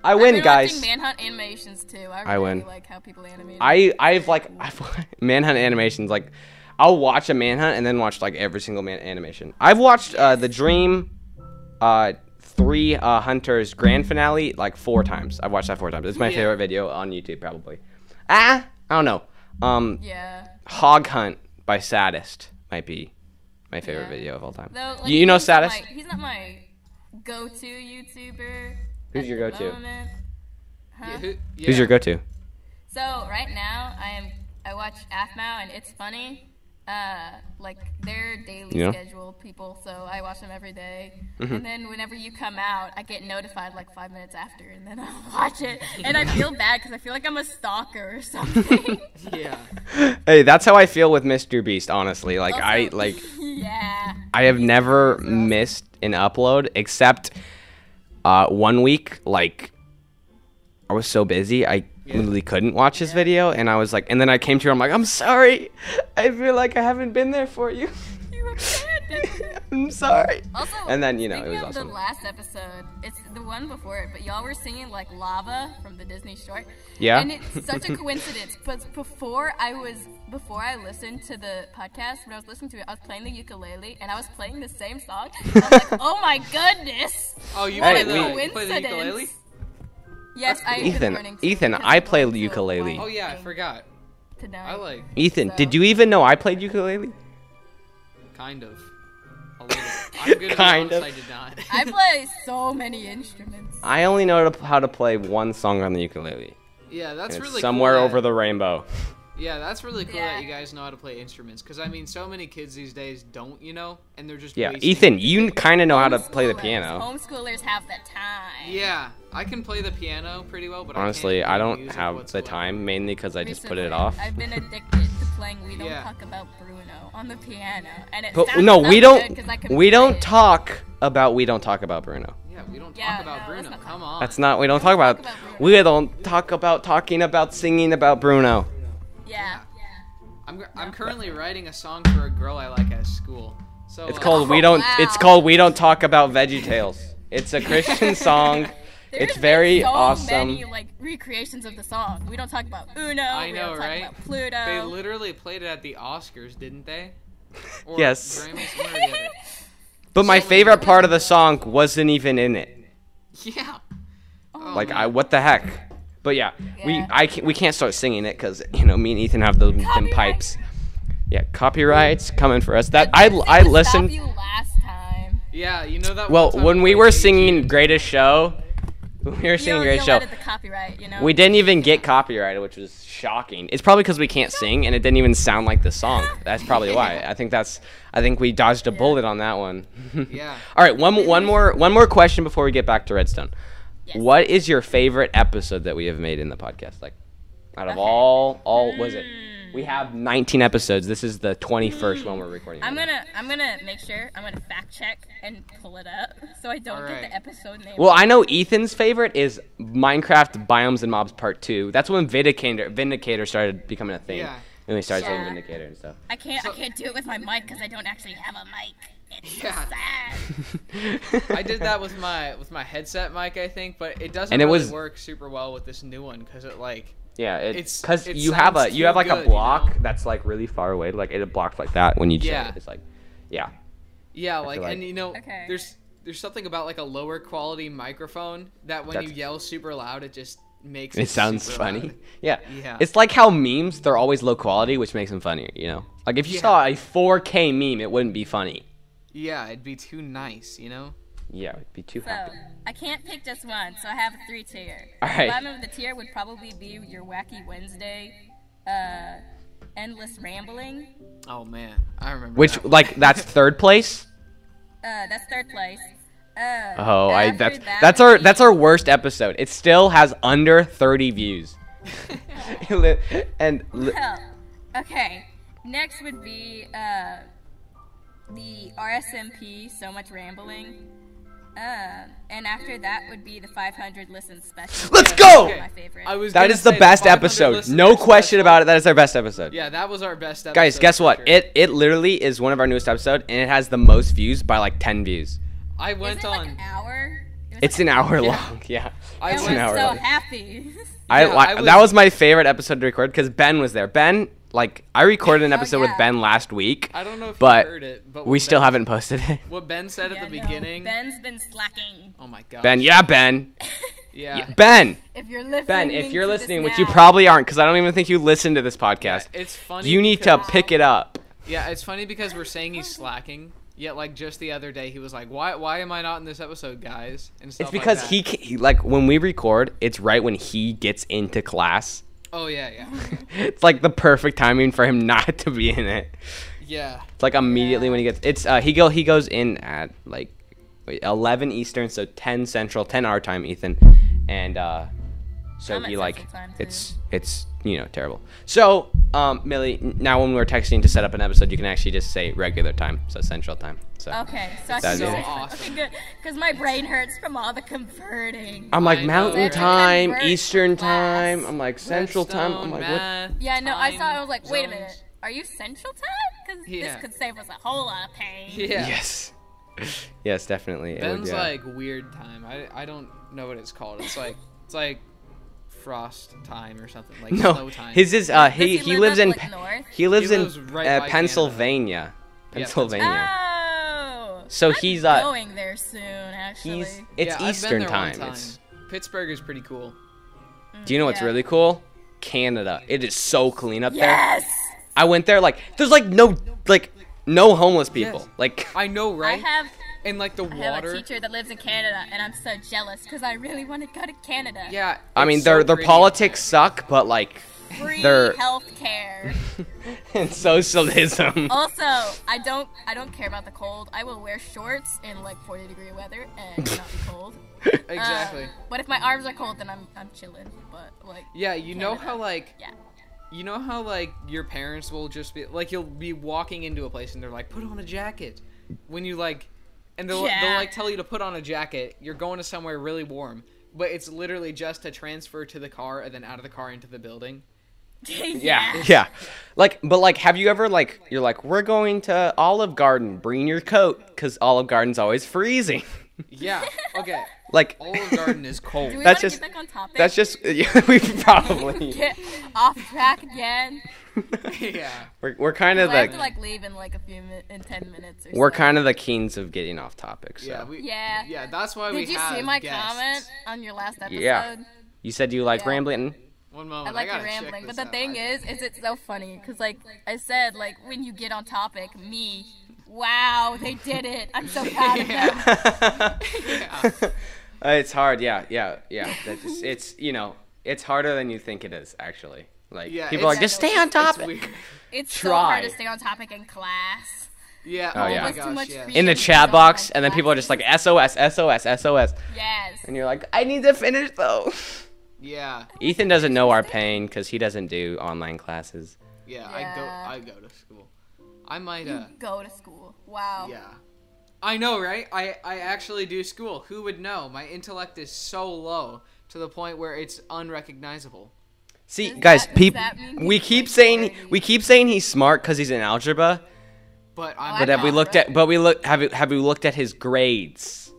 [SPEAKER 1] I
[SPEAKER 3] I've
[SPEAKER 1] win,
[SPEAKER 3] been
[SPEAKER 1] guys.
[SPEAKER 3] watching Manhunt animations too. I really
[SPEAKER 1] I win.
[SPEAKER 3] like how people animate.
[SPEAKER 1] I I've like *laughs* I've, manhunt animations. Like I'll watch a manhunt and then watch like every single man animation. I've watched uh, the Dream, uh, three uh, hunters grand finale like four times. I've watched that four times. It's my
[SPEAKER 2] Yeah.
[SPEAKER 1] favorite video on YouTube probably. Ah, I don't know. Um,
[SPEAKER 3] Yeah.
[SPEAKER 1] Hog Hunt by Saddest might be my favorite
[SPEAKER 3] Yeah.
[SPEAKER 1] video of all time.
[SPEAKER 3] Though, like,
[SPEAKER 1] you, you know
[SPEAKER 3] he's not
[SPEAKER 1] Saddest?
[SPEAKER 3] my- he's not my go-to YouTuber.
[SPEAKER 1] Who's
[SPEAKER 3] at
[SPEAKER 1] your
[SPEAKER 3] the
[SPEAKER 1] go-to?
[SPEAKER 3] moment. Huh?
[SPEAKER 2] Yeah, who-
[SPEAKER 1] Who's
[SPEAKER 2] yeah.
[SPEAKER 1] your go-to?
[SPEAKER 3] So right now I am I watch AFMOW and it's funny. Uh, like they're daily
[SPEAKER 1] Yeah. Mm-hmm.
[SPEAKER 3] schedule people, so I watch them every day. And then whenever you come out, I get notified like five minutes after, and then *laughs* I watch it, and I feel bad because I feel like I'm a stalker
[SPEAKER 1] *laughs*
[SPEAKER 3] or *laughs* something. *laughs*
[SPEAKER 2] Yeah.
[SPEAKER 1] Hey, that's how I feel with Mr. Beast. Honestly, like I
[SPEAKER 3] Also-
[SPEAKER 1] like
[SPEAKER 3] *laughs* yeah.
[SPEAKER 1] I have
[SPEAKER 3] *laughs*
[SPEAKER 1] never missed an upload except uh, one week. Like I was so busy, I literally couldn't watch his video, and I was like, and then I came to her. I'm like, I'm sorry. I feel like I haven't been there for you. *laughs*
[SPEAKER 3] You abandoned *laughs* me.
[SPEAKER 1] I'm sorry.
[SPEAKER 3] Also,
[SPEAKER 1] and then you know it
[SPEAKER 3] speaking
[SPEAKER 1] was
[SPEAKER 3] of
[SPEAKER 1] awesome.
[SPEAKER 3] The last episode, it's the one before it, but y'all were singing like lava from the Disney short.
[SPEAKER 1] Yeah.
[SPEAKER 3] and it's such
[SPEAKER 1] *laughs*
[SPEAKER 3] a coincidence. But before I was before I listened to the podcast, when I was listening to it, I was playing the ukulele and I was playing the same song. I was
[SPEAKER 1] *laughs*
[SPEAKER 3] like, oh my goodness,
[SPEAKER 2] Oh, you
[SPEAKER 1] Hey,
[SPEAKER 2] play,
[SPEAKER 1] we-
[SPEAKER 2] the, you play the
[SPEAKER 3] coincidence.
[SPEAKER 2] ukulele?
[SPEAKER 3] Yes, I
[SPEAKER 1] Ethan,
[SPEAKER 3] been learning to
[SPEAKER 1] Ethan,
[SPEAKER 3] because
[SPEAKER 1] I
[SPEAKER 3] I'm
[SPEAKER 1] play
[SPEAKER 3] going
[SPEAKER 1] the
[SPEAKER 3] to a
[SPEAKER 1] ukulele.
[SPEAKER 3] wine
[SPEAKER 2] Oh yeah, I
[SPEAKER 3] thing
[SPEAKER 2] forgot.
[SPEAKER 3] tonight.
[SPEAKER 2] I like
[SPEAKER 1] Ethan,
[SPEAKER 3] So-
[SPEAKER 1] did you even know I played ukulele?
[SPEAKER 2] kind of.
[SPEAKER 1] *laughs*
[SPEAKER 2] A little. I'm good
[SPEAKER 1] Kind
[SPEAKER 2] kind at
[SPEAKER 1] of.
[SPEAKER 2] of. I did not.
[SPEAKER 3] *laughs* I play so many instruments.
[SPEAKER 1] I only know how to play one song on the ukulele.
[SPEAKER 2] *laughs* yeah, that's
[SPEAKER 1] It's
[SPEAKER 2] really
[SPEAKER 1] somewhere
[SPEAKER 2] cool that-
[SPEAKER 1] over the rainbow.
[SPEAKER 2] Yeah, that's really cool
[SPEAKER 3] Yeah.
[SPEAKER 2] that you guys know how to play instruments. Because I mean, so many kids these days don't, you know, and they're just
[SPEAKER 1] Yeah,
[SPEAKER 2] wasting-
[SPEAKER 1] Ethan, you kind of know how to play the
[SPEAKER 3] Homeschoolers-
[SPEAKER 1] piano.
[SPEAKER 3] Homeschoolers have the time.
[SPEAKER 2] Yeah, I can play the piano pretty well, but
[SPEAKER 1] Honestly, I
[SPEAKER 2] I can't play
[SPEAKER 1] don't
[SPEAKER 2] music
[SPEAKER 1] have the
[SPEAKER 2] whatsoever.
[SPEAKER 1] time, mainly because I just put
[SPEAKER 3] Recently,
[SPEAKER 1] it off.
[SPEAKER 3] I've been addicted to playing We Don't
[SPEAKER 2] Yeah.
[SPEAKER 3] Talk About Bruno on the piano, and it
[SPEAKER 1] But
[SPEAKER 3] sounds
[SPEAKER 1] no,
[SPEAKER 3] so
[SPEAKER 1] we
[SPEAKER 3] good
[SPEAKER 1] don't.
[SPEAKER 3] 'cause I can
[SPEAKER 1] We
[SPEAKER 3] play
[SPEAKER 1] don't
[SPEAKER 3] it.
[SPEAKER 1] talk about. We don't talk about Bruno.
[SPEAKER 2] Yeah, we don't talk
[SPEAKER 3] Yeah,
[SPEAKER 2] about
[SPEAKER 3] no, let's
[SPEAKER 2] Bruno.
[SPEAKER 3] not talk
[SPEAKER 2] Come on.
[SPEAKER 1] That's not. We don't talk about.
[SPEAKER 3] about Bruno.
[SPEAKER 1] We don't talk about talking about singing about Bruno.
[SPEAKER 3] Yeah.
[SPEAKER 2] I'm I'm currently writing a song for a girl I like at school. So
[SPEAKER 1] It's
[SPEAKER 2] uh,
[SPEAKER 1] called. We don't. It's
[SPEAKER 3] wow.
[SPEAKER 1] called. We don't talk about Veggie Tales. It's
[SPEAKER 3] *laughs*
[SPEAKER 1] a Christian song.
[SPEAKER 3] There's
[SPEAKER 1] It's
[SPEAKER 3] been
[SPEAKER 1] very
[SPEAKER 3] so
[SPEAKER 1] awesome.
[SPEAKER 3] Many, like recreations of the song. We don't talk about Uno.
[SPEAKER 2] I
[SPEAKER 3] we
[SPEAKER 2] know,
[SPEAKER 3] don't
[SPEAKER 2] right?
[SPEAKER 3] Talk about Pluto.
[SPEAKER 2] They
[SPEAKER 3] *laughs*
[SPEAKER 2] literally played it at the Oscars,
[SPEAKER 1] *laughs*
[SPEAKER 2] didn't they? Or
[SPEAKER 1] Yes.
[SPEAKER 2] Grammys, one or the
[SPEAKER 3] *laughs*
[SPEAKER 2] other.
[SPEAKER 1] But my favorite part of the song wasn't even in it.
[SPEAKER 2] Yeah. Oh,
[SPEAKER 1] Like
[SPEAKER 2] man.
[SPEAKER 1] I, what the heck? But yeah, we
[SPEAKER 3] Yeah.
[SPEAKER 1] I can, we can't start singing it because you know me and Ethan have the them
[SPEAKER 3] Copyright.
[SPEAKER 1] pipes. Yeah, copyrights coming for us. That I I
[SPEAKER 3] Didn't stop
[SPEAKER 1] listened.
[SPEAKER 3] you last time.
[SPEAKER 2] Yeah, you know that.
[SPEAKER 1] Well,
[SPEAKER 2] one time
[SPEAKER 1] when we
[SPEAKER 2] played
[SPEAKER 1] were
[SPEAKER 2] AG.
[SPEAKER 1] singing Greatest Show, when we were
[SPEAKER 3] you
[SPEAKER 1] singing Greatest Show.
[SPEAKER 3] The copyright, you know.
[SPEAKER 1] We didn't even get copyrighted, which was shocking. It's probably because we can't sing and it didn't even sound like the
[SPEAKER 3] *laughs*
[SPEAKER 1] song. That's probably why. I think that's I think we dodged a bullet on that one. *laughs*
[SPEAKER 2] Yeah.
[SPEAKER 1] All right, one
[SPEAKER 3] *laughs*
[SPEAKER 1] one more one more question before we get back to Redstone.
[SPEAKER 3] Yes.
[SPEAKER 1] What is your favorite episode that we have made in the podcast? Like, out of
[SPEAKER 3] Okay. Hmm.
[SPEAKER 1] all all was it? We have 19 episodes. This is the 21st one we're recording.
[SPEAKER 3] I'm
[SPEAKER 1] right now.
[SPEAKER 3] gonna, I'm gonna make sure. I'm gonna fact check and pull it up so I don't
[SPEAKER 2] Alright.
[SPEAKER 3] get the episode name.
[SPEAKER 1] Well, I know Ethan's favorite is Minecraft Biomes and Mobs Part Two. That's when Vindicator Vindicator started becoming a thing,
[SPEAKER 2] Yeah.
[SPEAKER 1] and we started saying
[SPEAKER 3] Yeah.
[SPEAKER 1] Vindicator and stuff.
[SPEAKER 3] I can't, I
[SPEAKER 2] So-
[SPEAKER 3] can't do it with my mic because I don't actually have a mic. It's
[SPEAKER 2] Yeah.
[SPEAKER 3] so sad.
[SPEAKER 2] *laughs* I
[SPEAKER 1] *laughs*
[SPEAKER 2] did that with my with my headset mic, I think, but it doesn't
[SPEAKER 1] And it
[SPEAKER 2] really
[SPEAKER 1] was-
[SPEAKER 2] work super well with this new one because it like
[SPEAKER 1] Yeah, it,
[SPEAKER 2] It's-
[SPEAKER 1] cuz
[SPEAKER 2] it
[SPEAKER 1] you have a
[SPEAKER 2] sounds
[SPEAKER 1] you have
[SPEAKER 2] too
[SPEAKER 1] like
[SPEAKER 2] good,
[SPEAKER 1] a
[SPEAKER 2] you
[SPEAKER 1] block
[SPEAKER 2] know?
[SPEAKER 1] that's like really far away, like it blocked like that when you jam
[SPEAKER 2] Yeah.
[SPEAKER 1] it. It's like yeah.
[SPEAKER 2] Yeah,
[SPEAKER 1] feel
[SPEAKER 2] like,
[SPEAKER 1] like-
[SPEAKER 2] and you know,
[SPEAKER 3] Okay.
[SPEAKER 2] there's there's something about like a lower quality microphone that when you
[SPEAKER 1] That's-
[SPEAKER 2] yell super loud, it just makes
[SPEAKER 1] It sounds
[SPEAKER 2] super
[SPEAKER 1] funny.
[SPEAKER 2] loud.
[SPEAKER 1] *laughs* Yeah.
[SPEAKER 2] Yeah.
[SPEAKER 1] It's like how memes they're always low quality, which makes them funnier, you know. Like if you
[SPEAKER 2] Yeah.
[SPEAKER 1] saw a 4K meme, it wouldn't be funny.
[SPEAKER 2] Yeah, it'd be too nice, you know.
[SPEAKER 1] Yeah, it'd be too
[SPEAKER 3] So
[SPEAKER 1] happy.
[SPEAKER 3] Oh, I can't pick just one, so I have a three tier.
[SPEAKER 1] All right.
[SPEAKER 3] Bottom of the tier would probably be your wacky Wednesday, uh, endless rambling.
[SPEAKER 2] Oh man, I remember.
[SPEAKER 1] Which
[SPEAKER 2] that one.
[SPEAKER 1] like
[SPEAKER 2] *laughs*
[SPEAKER 1] that's third place?
[SPEAKER 3] Uh, that's third place. Uh,
[SPEAKER 1] Oh, I
[SPEAKER 3] after
[SPEAKER 1] that's
[SPEAKER 3] that
[SPEAKER 1] that's
[SPEAKER 3] would
[SPEAKER 1] our
[SPEAKER 3] be-
[SPEAKER 1] that's our worst episode. It still has under 30 views.
[SPEAKER 2] *laughs*
[SPEAKER 1] and li-
[SPEAKER 3] Oh, okay. Next would be uh, the RSMP. So much rambling. Uh, and after that would be the 500 listen special.
[SPEAKER 1] let's
[SPEAKER 2] Yeah,
[SPEAKER 1] go.
[SPEAKER 2] okay.
[SPEAKER 3] My favorite.
[SPEAKER 2] Oh, I was.
[SPEAKER 1] That
[SPEAKER 2] gonna
[SPEAKER 1] is the
[SPEAKER 2] say
[SPEAKER 1] best
[SPEAKER 2] 500
[SPEAKER 1] episode.
[SPEAKER 2] listeners,
[SPEAKER 1] No
[SPEAKER 2] that's
[SPEAKER 1] question
[SPEAKER 2] what-
[SPEAKER 1] about it. That is our best episode.
[SPEAKER 2] Yeah, that was our best episode.
[SPEAKER 1] Guys, guess
[SPEAKER 2] for
[SPEAKER 1] what?
[SPEAKER 2] sure.
[SPEAKER 1] It it literally is one of our newest episode and it has the most views by like 10 views.
[SPEAKER 2] I went
[SPEAKER 3] Is it
[SPEAKER 2] on.
[SPEAKER 3] like an hour? It was
[SPEAKER 1] It's
[SPEAKER 3] like
[SPEAKER 1] an hour
[SPEAKER 2] Yeah.
[SPEAKER 1] long. *laughs* Yeah.
[SPEAKER 2] I
[SPEAKER 1] It's an
[SPEAKER 3] I
[SPEAKER 2] went
[SPEAKER 1] hour
[SPEAKER 3] was so
[SPEAKER 1] long.
[SPEAKER 3] happy. *laughs*
[SPEAKER 1] I,
[SPEAKER 2] Yeah,
[SPEAKER 1] like
[SPEAKER 2] I
[SPEAKER 1] that
[SPEAKER 2] was-
[SPEAKER 1] was my favorite episode to record because Ben was there. Ben, like, I recorded an
[SPEAKER 3] Oh,
[SPEAKER 1] episode
[SPEAKER 3] yeah.
[SPEAKER 1] with Ben last week,
[SPEAKER 2] I don't know if
[SPEAKER 1] but
[SPEAKER 2] you heard it, but
[SPEAKER 1] we
[SPEAKER 2] what
[SPEAKER 1] still
[SPEAKER 2] Ben-
[SPEAKER 1] haven't posted it.
[SPEAKER 2] What Ben said
[SPEAKER 3] Yeah,
[SPEAKER 2] at the
[SPEAKER 3] no,
[SPEAKER 2] beginning.
[SPEAKER 3] Ben's been slacking.
[SPEAKER 2] oh my god.
[SPEAKER 1] Ben, yeah, Ben,
[SPEAKER 2] Yeah.
[SPEAKER 1] Yeah, Ben,
[SPEAKER 3] If you're listening,
[SPEAKER 1] Ben. If you're
[SPEAKER 3] to this
[SPEAKER 1] listening, which you
[SPEAKER 3] now-
[SPEAKER 1] probably aren't, because I don't even think you listen to this
[SPEAKER 2] Yeah,
[SPEAKER 1] podcast,
[SPEAKER 2] It's funny.
[SPEAKER 1] you need to
[SPEAKER 2] because-
[SPEAKER 1] pick it up.
[SPEAKER 2] Yeah, it's funny because we're saying he's slacking. Yet, like just the other day, he was like, "Why? Why am I not in this episode, guys?" And stuff
[SPEAKER 1] It's because
[SPEAKER 2] like that.
[SPEAKER 1] he, ca- he, like, when we record, it's right when he gets into class. *laughs*
[SPEAKER 2] Oh yeah, yeah,
[SPEAKER 1] It's like the perfect timing for him *laughs* not to be in it.
[SPEAKER 2] yeah.
[SPEAKER 1] It's like immediately when he gets. It's uh, he go he goes in at like wait, eleven Eastern, so ten Central, ten our time, Ethan, and uh, so
[SPEAKER 3] I'm at
[SPEAKER 1] he like
[SPEAKER 3] Central time, too.
[SPEAKER 1] it's it's you know terrible. So um, Millie, n- now when we're texting to set up an episode, you can actually just say regular time, so Central time. So
[SPEAKER 3] Okay, so I
[SPEAKER 1] That'd be
[SPEAKER 3] can just
[SPEAKER 1] it.
[SPEAKER 3] say-
[SPEAKER 2] Awesome.
[SPEAKER 3] Okay, good. Because my brain hurts from all the converting.
[SPEAKER 1] I'm
[SPEAKER 2] I
[SPEAKER 1] like
[SPEAKER 2] know,
[SPEAKER 1] Mountain
[SPEAKER 2] right?
[SPEAKER 1] time,
[SPEAKER 3] Convert
[SPEAKER 1] Eastern
[SPEAKER 3] class.
[SPEAKER 1] time. I'm like Central time. I'm like what?
[SPEAKER 3] yeah, no, I saw. it, I was like, wait a minute. Are you Central Time? Because
[SPEAKER 2] Yeah.
[SPEAKER 3] this could save us a whole lot of pain.
[SPEAKER 1] *laughs*
[SPEAKER 2] Yeah.
[SPEAKER 1] Yes, yes, definitely. it would,
[SPEAKER 2] Ben's
[SPEAKER 1] yeah.
[SPEAKER 2] like weird time. I, I don't know what it's called. It's like it's like frost time or something like
[SPEAKER 1] *laughs* no,
[SPEAKER 2] snow time.
[SPEAKER 1] his is uh
[SPEAKER 3] Does
[SPEAKER 1] he he
[SPEAKER 3] live
[SPEAKER 1] lives
[SPEAKER 3] up,
[SPEAKER 1] in
[SPEAKER 3] like,
[SPEAKER 1] Pe-
[SPEAKER 3] north.
[SPEAKER 1] He lives
[SPEAKER 2] He
[SPEAKER 1] in
[SPEAKER 2] lives right by
[SPEAKER 1] uh,
[SPEAKER 2] Canada.
[SPEAKER 1] Pennsylvania.
[SPEAKER 2] Pennsylvania.
[SPEAKER 3] Ah,
[SPEAKER 1] Pennsylvania.
[SPEAKER 3] Oh.
[SPEAKER 1] So
[SPEAKER 3] I'm
[SPEAKER 1] he's, uh,
[SPEAKER 3] going there soon. Actually.
[SPEAKER 1] He's it's
[SPEAKER 2] Yeah, I've been
[SPEAKER 1] Eastern
[SPEAKER 2] there one
[SPEAKER 1] time. It's
[SPEAKER 2] Pittsburgh is pretty cool.
[SPEAKER 1] Do you know what's
[SPEAKER 3] yeah.
[SPEAKER 1] really cool? Canada. It is so clean up there.
[SPEAKER 3] Yes.
[SPEAKER 1] I went there like there's like no like no homeless people.
[SPEAKER 2] Yes.
[SPEAKER 1] Like
[SPEAKER 2] I know, right?
[SPEAKER 3] I have.
[SPEAKER 2] and like the
[SPEAKER 3] I have a
[SPEAKER 2] water.
[SPEAKER 3] teacher that lives in Canada, and I'm so jealous because I really want to go to Canada.
[SPEAKER 2] Yeah.
[SPEAKER 1] I mean
[SPEAKER 2] it's
[SPEAKER 1] their
[SPEAKER 2] so
[SPEAKER 1] their
[SPEAKER 2] pretty.
[SPEAKER 1] politics suck, but like *laughs*
[SPEAKER 3] Free
[SPEAKER 1] they're-
[SPEAKER 3] healthcare.
[SPEAKER 1] and
[SPEAKER 3] *laughs*
[SPEAKER 1] socialism.
[SPEAKER 3] Also, I don't I don't care about the cold. I will wear shorts in like 40 degree weather and not be cold. Uh,
[SPEAKER 2] Exactly.
[SPEAKER 3] but if my arms are cold, then I'm I'm chilling. But like
[SPEAKER 2] yeah, you know
[SPEAKER 3] Canada.
[SPEAKER 2] how like
[SPEAKER 3] yeah.
[SPEAKER 2] you know how like your parents will just be like you'll be walking into a place and they're like put on a jacket when you like and they'll, they'll
[SPEAKER 3] Yeah.
[SPEAKER 2] like tell you to put on a jacket you're going to somewhere really warm but it's literally just to transfer to the car and then out of the car into the building
[SPEAKER 1] *laughs*
[SPEAKER 3] *laughs*
[SPEAKER 1] Yeah, yeah. Like, but like, have you ever like, you're like, we're going to Olive Garden. Bring your coat, cause Olive Garden's always freezing. *laughs*
[SPEAKER 3] *laughs*
[SPEAKER 2] yeah okay
[SPEAKER 1] Like,
[SPEAKER 2] olive garden is cold
[SPEAKER 3] Do we
[SPEAKER 1] That's
[SPEAKER 3] wanna
[SPEAKER 1] just-
[SPEAKER 3] get back on
[SPEAKER 1] *laughs*
[SPEAKER 3] topic?
[SPEAKER 1] that's just *laughs* yeah, we probably. *laughs*
[SPEAKER 3] *laughs* Get off track again.
[SPEAKER 2] yeah
[SPEAKER 1] We're, we're kind of
[SPEAKER 3] I have
[SPEAKER 1] the
[SPEAKER 3] to like leave in like a few min- in 10 minutes or
[SPEAKER 1] we're
[SPEAKER 3] so.
[SPEAKER 1] kind of the kings of getting off topic. So.
[SPEAKER 2] yeah we,
[SPEAKER 3] Yeah.
[SPEAKER 2] yeah that's why we
[SPEAKER 3] Did you
[SPEAKER 2] have
[SPEAKER 3] see my
[SPEAKER 2] guests.
[SPEAKER 3] comment on your last episode?
[SPEAKER 1] Yeah. you said you like
[SPEAKER 3] Yeah.
[SPEAKER 1] rambling.
[SPEAKER 2] one moment
[SPEAKER 3] I like
[SPEAKER 2] gotta
[SPEAKER 3] your
[SPEAKER 2] check
[SPEAKER 3] rambling,
[SPEAKER 2] this
[SPEAKER 3] but the
[SPEAKER 2] out.
[SPEAKER 3] thing
[SPEAKER 2] I-
[SPEAKER 3] is, is it's so funny because, like I said, like when you get on topic, me, wow, they did it.
[SPEAKER 2] *laughs*
[SPEAKER 3] I'm so proud of them.
[SPEAKER 1] *laughs* Uh, it's hard. Yeah, yeah,
[SPEAKER 3] *laughs*
[SPEAKER 1] yeah. That just, it's you know it's harder than you think it is actually. Like
[SPEAKER 2] Yeah,
[SPEAKER 1] people are like
[SPEAKER 2] it's-
[SPEAKER 1] just stay on
[SPEAKER 2] it's
[SPEAKER 1] topic.
[SPEAKER 2] weird.
[SPEAKER 3] It's so hard
[SPEAKER 1] Try.
[SPEAKER 3] to stay on topic in class.
[SPEAKER 2] yeah
[SPEAKER 1] Oh,
[SPEAKER 2] oh,
[SPEAKER 1] yeah.
[SPEAKER 2] my
[SPEAKER 1] That's
[SPEAKER 3] too
[SPEAKER 2] gosh
[SPEAKER 3] much
[SPEAKER 2] yeah.
[SPEAKER 3] free-
[SPEAKER 1] In the chat box, and then people are just like SOS, SOS, SOS,
[SPEAKER 3] Yes.
[SPEAKER 1] and you're like, I need to finish
[SPEAKER 3] *laughs*
[SPEAKER 1] though.
[SPEAKER 2] yeah
[SPEAKER 1] Ethan doesn't know our pain because he doesn't do online classes.
[SPEAKER 2] yeah
[SPEAKER 3] Yeah.
[SPEAKER 2] i go i go to school i might uh
[SPEAKER 3] Go to school. Wow.
[SPEAKER 2] Yeah. Oh. I know, right? I, I actually do school. Who would know? My intellect is so low to the point where it's unrecognizable.
[SPEAKER 1] See,
[SPEAKER 3] Does
[SPEAKER 1] guys,
[SPEAKER 3] that- does
[SPEAKER 1] peop-
[SPEAKER 3] that mean
[SPEAKER 1] we
[SPEAKER 3] he's,
[SPEAKER 1] keep
[SPEAKER 3] like,
[SPEAKER 1] saying
[SPEAKER 3] already-
[SPEAKER 1] we keep saying he's smart because he's in algebra,
[SPEAKER 2] But I'm
[SPEAKER 1] But have we
[SPEAKER 3] not,
[SPEAKER 1] looked
[SPEAKER 3] right?
[SPEAKER 1] at? But we look. Have we, have we looked at his grades?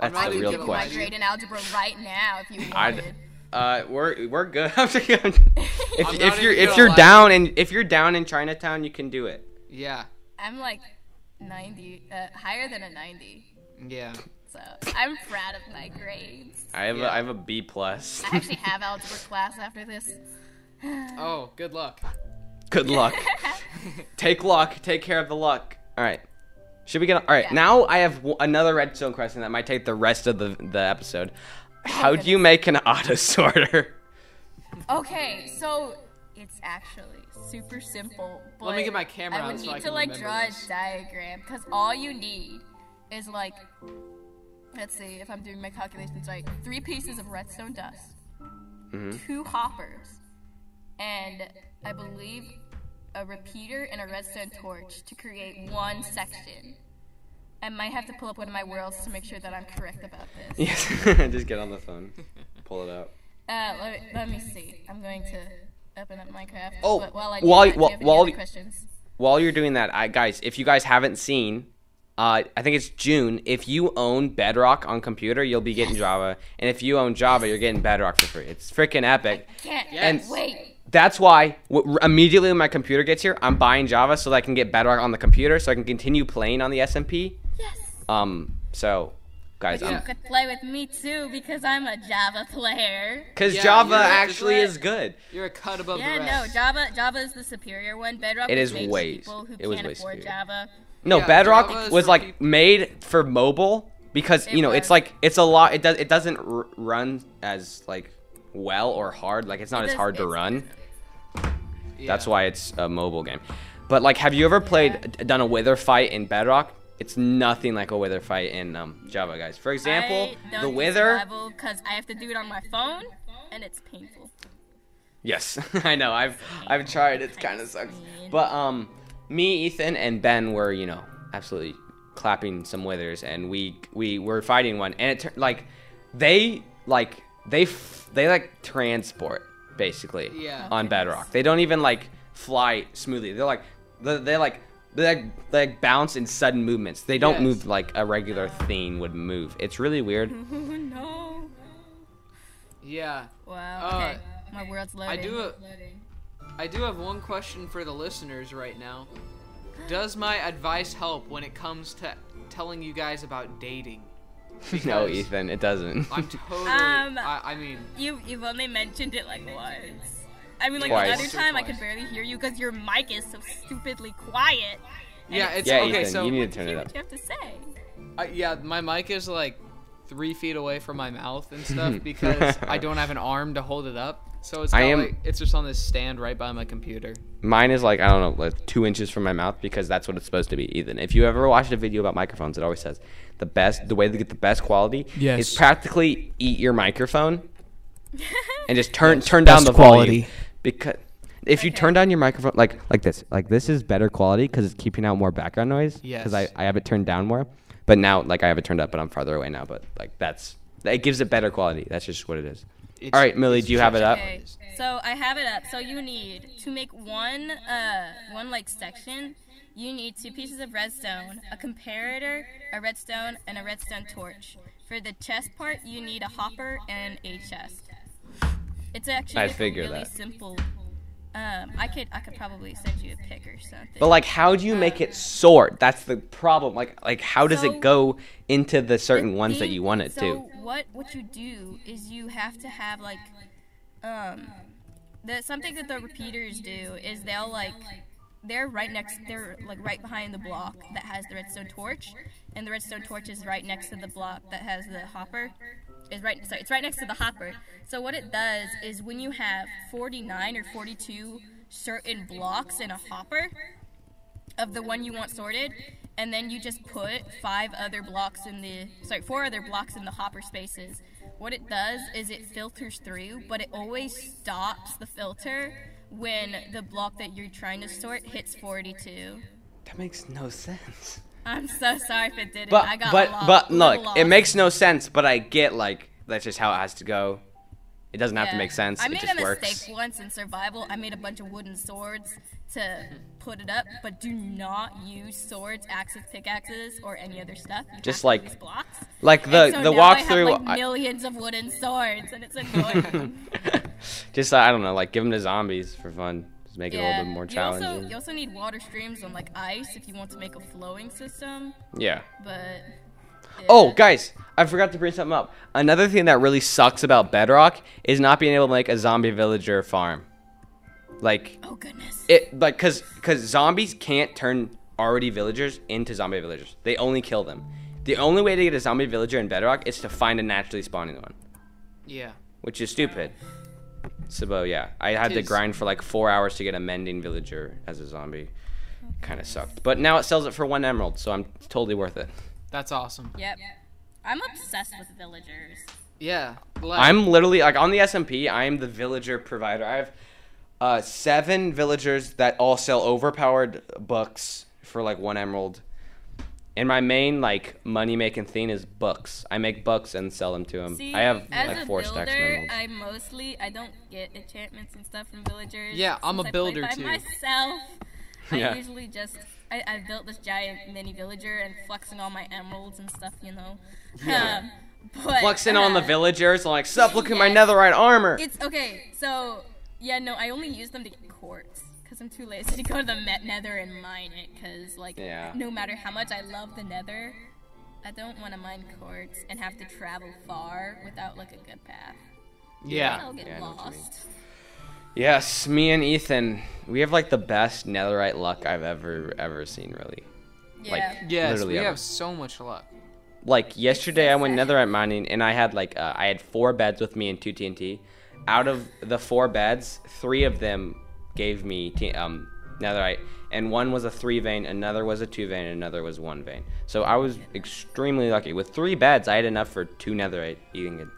[SPEAKER 2] I'm
[SPEAKER 1] That's
[SPEAKER 2] not
[SPEAKER 1] the
[SPEAKER 2] even
[SPEAKER 1] real
[SPEAKER 2] gonna lie
[SPEAKER 3] My
[SPEAKER 2] to
[SPEAKER 1] question.
[SPEAKER 2] you.
[SPEAKER 3] grade in algebra right now, if you
[SPEAKER 1] I'd-
[SPEAKER 3] wanted.
[SPEAKER 1] Uh, we're we're good. *laughs* I'm just kidding. *laughs* if
[SPEAKER 2] I'm not
[SPEAKER 1] if you're
[SPEAKER 2] even
[SPEAKER 1] if
[SPEAKER 2] gonna
[SPEAKER 1] you're
[SPEAKER 2] lie.
[SPEAKER 1] down and if you're down in Chinatown, you can do it.
[SPEAKER 2] Yeah.
[SPEAKER 3] I'm like 90, uh, higher than a 90.
[SPEAKER 2] Yeah.
[SPEAKER 3] So I'm proud of my grades.
[SPEAKER 1] I have
[SPEAKER 2] Yeah.
[SPEAKER 1] a, I have a B plus. *laughs*
[SPEAKER 3] I actually have algebra class after this. *laughs*
[SPEAKER 2] Oh, good luck.
[SPEAKER 1] Good luck.
[SPEAKER 3] *laughs*
[SPEAKER 1] take luck. Take care of the luck. All right. Should we get? All right.
[SPEAKER 3] Yeah.
[SPEAKER 1] Now I have w- another redstone question that might take the rest of the the episode. How do you make an *laughs* auto sorter?
[SPEAKER 3] Okay, so it's actually super simple. But
[SPEAKER 2] me get my camera
[SPEAKER 3] I would
[SPEAKER 2] out so
[SPEAKER 3] need
[SPEAKER 2] I
[SPEAKER 3] to
[SPEAKER 2] can
[SPEAKER 3] like
[SPEAKER 2] remember
[SPEAKER 3] draw
[SPEAKER 2] this.
[SPEAKER 3] a diagram because all you need is like, let's see if I'm doing my calculations right. Three pieces of redstone dust,
[SPEAKER 2] Mm-hmm.
[SPEAKER 3] two hoppers, and I believe a repeater and a redstone torch to create one section. I might have to pull up one of my worlds to make sure that I'm correct about this.
[SPEAKER 1] *laughs* Yes. Just get on the phone. Pull it up.
[SPEAKER 3] Uh, let me, let me see. I'm going to open up Minecraft.
[SPEAKER 1] Oh,
[SPEAKER 3] but while I do
[SPEAKER 1] while-
[SPEAKER 3] that, do you
[SPEAKER 1] while-
[SPEAKER 3] have any
[SPEAKER 1] while
[SPEAKER 3] other
[SPEAKER 1] you-
[SPEAKER 3] questions?
[SPEAKER 1] while you're doing that, I guys, if you guys haven't seen, uh, I think it's June. If you own Bedrock on computer, you'll be getting Java, and if you own Java, you're getting Bedrock for free. It's freaking epic.
[SPEAKER 3] Can't
[SPEAKER 1] Yes.
[SPEAKER 3] wait.
[SPEAKER 1] That's why w- immediately when my computer gets here, I'm buying Java so that I can get Bedrock on the computer, so I can continue playing on the SMP.
[SPEAKER 3] Yes.
[SPEAKER 1] Um, so guys,
[SPEAKER 2] Yeah.
[SPEAKER 1] um
[SPEAKER 3] Could play with me too because I'm a Java player.
[SPEAKER 1] because
[SPEAKER 2] Yeah,
[SPEAKER 1] Java
[SPEAKER 2] you're-
[SPEAKER 1] actually is good.
[SPEAKER 2] You're a cut above
[SPEAKER 3] Yeah,
[SPEAKER 2] the
[SPEAKER 3] no,
[SPEAKER 2] rest.
[SPEAKER 3] Java Java is the superior one. Bedrock
[SPEAKER 1] It
[SPEAKER 3] was
[SPEAKER 1] is
[SPEAKER 3] made for
[SPEAKER 1] way-
[SPEAKER 3] people who
[SPEAKER 1] it was
[SPEAKER 3] can't
[SPEAKER 1] way
[SPEAKER 3] afford
[SPEAKER 1] superior.
[SPEAKER 3] Java.
[SPEAKER 1] No,
[SPEAKER 2] Yeah, Java
[SPEAKER 1] Bedrock
[SPEAKER 2] is
[SPEAKER 1] was
[SPEAKER 2] for
[SPEAKER 1] like
[SPEAKER 2] peop-
[SPEAKER 1] made for mobile because
[SPEAKER 3] It
[SPEAKER 1] you know it's
[SPEAKER 3] was.
[SPEAKER 1] like it's a lot. It does it doesn't r- run as like well or hard. Like it's not as
[SPEAKER 3] does-
[SPEAKER 1] hard to
[SPEAKER 3] it's-
[SPEAKER 1] run.
[SPEAKER 2] Yeah.
[SPEAKER 1] That's why it's a mobile game. But like, have you ever played d- done a wither fight in Bedrock? It's nothing like a wither fight in um, Java, guys. For example,
[SPEAKER 3] I don't
[SPEAKER 1] the
[SPEAKER 3] do
[SPEAKER 1] wither.
[SPEAKER 3] survival 'cause I have to do it on my phone and it's painful. *laughs*
[SPEAKER 1] Yes, *laughs* I know. I've I've tried. It kind of sucks.
[SPEAKER 3] mean.
[SPEAKER 1] But um, me, Ethan, and Ben were you know absolutely clapping some withers, and we we were fighting one, and it tur- like they like they f- they like transport basically
[SPEAKER 2] Yeah.
[SPEAKER 1] on Bedrock. They don't even like fly smoothly. They're like they they like. They like, they like bounce in sudden movements. They don't
[SPEAKER 2] Yes.
[SPEAKER 1] move like a regular thing would move. It's really
[SPEAKER 2] *laughs*
[SPEAKER 1] weird. *laughs*
[SPEAKER 3] Oh no.
[SPEAKER 2] Yeah.
[SPEAKER 3] Wow.
[SPEAKER 2] Uh,
[SPEAKER 3] okay. My world's loading.
[SPEAKER 2] do a- I do have one question for the listeners right now. Does my advice help when it comes to telling you guys about dating?
[SPEAKER 1] No,
[SPEAKER 2] Because
[SPEAKER 1] Ethan, it doesn't. *laughs*
[SPEAKER 2] I'm totally.
[SPEAKER 3] Um,
[SPEAKER 2] I, I mean,
[SPEAKER 3] You you've only mentioned it like once. I mean, like
[SPEAKER 1] Twice.
[SPEAKER 3] the other
[SPEAKER 1] Once
[SPEAKER 2] or
[SPEAKER 3] time, I
[SPEAKER 2] twice.
[SPEAKER 3] could barely hear you because your mic is so stupidly quiet. And
[SPEAKER 2] yeah, it's
[SPEAKER 1] yeah,
[SPEAKER 2] okay.
[SPEAKER 1] Ethan,
[SPEAKER 2] so
[SPEAKER 1] you need to turn
[SPEAKER 3] hear
[SPEAKER 1] it up.
[SPEAKER 3] what you have to say.
[SPEAKER 2] Uh, yeah, my mic is like three feet away from my mouth
[SPEAKER 1] *laughs*
[SPEAKER 2] and stuff because I don't have an arm to hold it up. So it's
[SPEAKER 1] I
[SPEAKER 2] I
[SPEAKER 1] am-
[SPEAKER 2] like it's just on this stand right by my computer.
[SPEAKER 1] Mine is like I don't know, like two inches from my mouth because that's what it's supposed to be. Ethan, if you ever watched a video about microphones, it always says the best, the way to get the best quality
[SPEAKER 4] Yes.
[SPEAKER 1] is practically eat your microphone and just turn turn down
[SPEAKER 4] Best
[SPEAKER 1] the
[SPEAKER 4] quality.
[SPEAKER 1] volume because if you turn down your microphone like like this like this is better quality because it's keeping out more background noise because I,
[SPEAKER 2] Yes.
[SPEAKER 1] I have it turned down more but now like i have it turned up but i'm farther away now but like that's it gives it better quality that's just what it is
[SPEAKER 2] It's-
[SPEAKER 1] all right millie
[SPEAKER 2] it's
[SPEAKER 1] do you have it
[SPEAKER 2] just-
[SPEAKER 1] up
[SPEAKER 3] Okay, so I have it up. So you need to make one uh one like section. You need two pieces of redstone, a comparator, a redstone, and a redstone torch. For the chest part, you need a hopper and a chest. It's actually
[SPEAKER 1] I
[SPEAKER 3] like,
[SPEAKER 1] figure
[SPEAKER 3] really
[SPEAKER 1] that.
[SPEAKER 3] simple. Um, I could I could probably send you a pic or something.
[SPEAKER 1] But like, how do you make it sort? That's the problem. Like, like how does
[SPEAKER 3] So-
[SPEAKER 1] it go into the certain
[SPEAKER 3] The
[SPEAKER 1] ones that
[SPEAKER 3] thing-
[SPEAKER 1] you want it
[SPEAKER 3] so
[SPEAKER 1] to?
[SPEAKER 3] what what you do is you have to have like, um, the something that the repeaters do is they'll like, they're right next, they're like right behind the block that has the redstone torch, and the redstone torch is right next to the block that has the hopper. Is right, sorry, it's right next to the hopper. So what it does is when you have 49 or 42 certain blocks in a hopper, of the one you want sorted, and then you just put five other blocks in the sorry, four other blocks in the hopper spaces. What it does is it filters through, but it always stops the filter when the block that you're trying to sort hits 42.
[SPEAKER 1] That makes no sense.
[SPEAKER 3] I'm so sorry if it didn't.
[SPEAKER 1] But
[SPEAKER 3] I got
[SPEAKER 1] but
[SPEAKER 3] lost,
[SPEAKER 1] but
[SPEAKER 3] a little
[SPEAKER 1] look,
[SPEAKER 3] lost.
[SPEAKER 1] it makes no sense. But I get like that's just how it has to go. It doesn't have to
[SPEAKER 3] Yeah.
[SPEAKER 1] make sense.
[SPEAKER 3] I
[SPEAKER 1] it
[SPEAKER 3] made
[SPEAKER 1] just
[SPEAKER 3] a
[SPEAKER 1] works.
[SPEAKER 3] mistake once in survival. I made a bunch of wooden swords to put it up, but do not use swords, axes, pickaxes, or any other stuff. You
[SPEAKER 1] Just
[SPEAKER 3] have to
[SPEAKER 1] like-
[SPEAKER 3] use blocks.
[SPEAKER 1] Like
[SPEAKER 3] And
[SPEAKER 1] the
[SPEAKER 3] so
[SPEAKER 1] the
[SPEAKER 3] now I have,
[SPEAKER 1] walkthrough,
[SPEAKER 3] like, millions of wooden swords, and
[SPEAKER 1] *laughs*
[SPEAKER 3] it's annoying.
[SPEAKER 1] I, just I don't know, like give them to zombies for fun, just make it a little bit more
[SPEAKER 3] You also,
[SPEAKER 1] challenging.
[SPEAKER 3] you also need water streams on like ice if you want to make a flowing system,
[SPEAKER 1] yeah.
[SPEAKER 3] but.
[SPEAKER 1] Oh,
[SPEAKER 3] yeah.
[SPEAKER 1] guys, I forgot to bring something up. Another thing that really sucks about Bedrock is not being able to make a zombie villager farm. Like
[SPEAKER 3] Oh goodness.
[SPEAKER 1] it, like cause cause zombies can't turn already villagers into zombie villagers. They only kill them. The only way to get a zombie villager in Bedrock is to find a naturally spawning one,
[SPEAKER 2] Yeah.
[SPEAKER 1] which is stupid. So, yeah, I had to
[SPEAKER 2] Tis.
[SPEAKER 1] grind for like four hours to get a mending villager as a zombie. Kind of sucked, but now it sells it for one emerald, so I'm totally worth it.
[SPEAKER 2] That's awesome.
[SPEAKER 3] Yep. I'm obsessed with villagers.
[SPEAKER 2] Yeah. Like,
[SPEAKER 1] I'm literally like on the SMP. I am the villager provider. I have uh, seven villagers that all sell overpowered books for like one emerald. And my main like money making thing is books. I make books and sell them to them.
[SPEAKER 3] See,
[SPEAKER 1] Mm, I have
[SPEAKER 3] as
[SPEAKER 1] like
[SPEAKER 3] a
[SPEAKER 1] four
[SPEAKER 3] builder,
[SPEAKER 1] stacks of emeralds.
[SPEAKER 3] I mostly I don't get enchantments and stuff from villagers.
[SPEAKER 2] Yeah, I'm a
[SPEAKER 3] since I
[SPEAKER 2] builder
[SPEAKER 3] played
[SPEAKER 2] too.
[SPEAKER 3] by
[SPEAKER 1] *laughs*
[SPEAKER 3] myself.
[SPEAKER 1] Yeah.
[SPEAKER 3] I usually just I, I built this giant mini villager and flexing all my emeralds and stuff, you know. Um, but,
[SPEAKER 1] Flexing on the
[SPEAKER 3] *laughs* uh,
[SPEAKER 1] villagers and like, sup, look at my
[SPEAKER 3] Yes.
[SPEAKER 1] netherite armor.
[SPEAKER 3] It's okay. So yeah, no, I only use them to get quartz because I'm too lazy to go to the met- nether and mine it. Because like,
[SPEAKER 1] Yeah.
[SPEAKER 3] no matter how much I love the nether, I don't want to mine quartz and have to travel far without like a good path. Then
[SPEAKER 2] yeah.
[SPEAKER 3] I'll get
[SPEAKER 1] Yeah, I know what you mean.
[SPEAKER 3] lost.
[SPEAKER 1] Yes, me and Ethan, we have like the best netherite luck I've ever ever seen. Really.
[SPEAKER 3] Yeah.
[SPEAKER 2] Yes,
[SPEAKER 1] Literally
[SPEAKER 2] we
[SPEAKER 1] ever.
[SPEAKER 2] have so much luck.
[SPEAKER 1] like yesterday I went netherite mining and I had like uh, I had four beds with me and two TNT. Out of the four beds, three of them gave me t- um, netherite, and one was a three vein, another was a two vein, and another was one vein. So I was extremely lucky. With three beds, I had enough for two netherite eating it.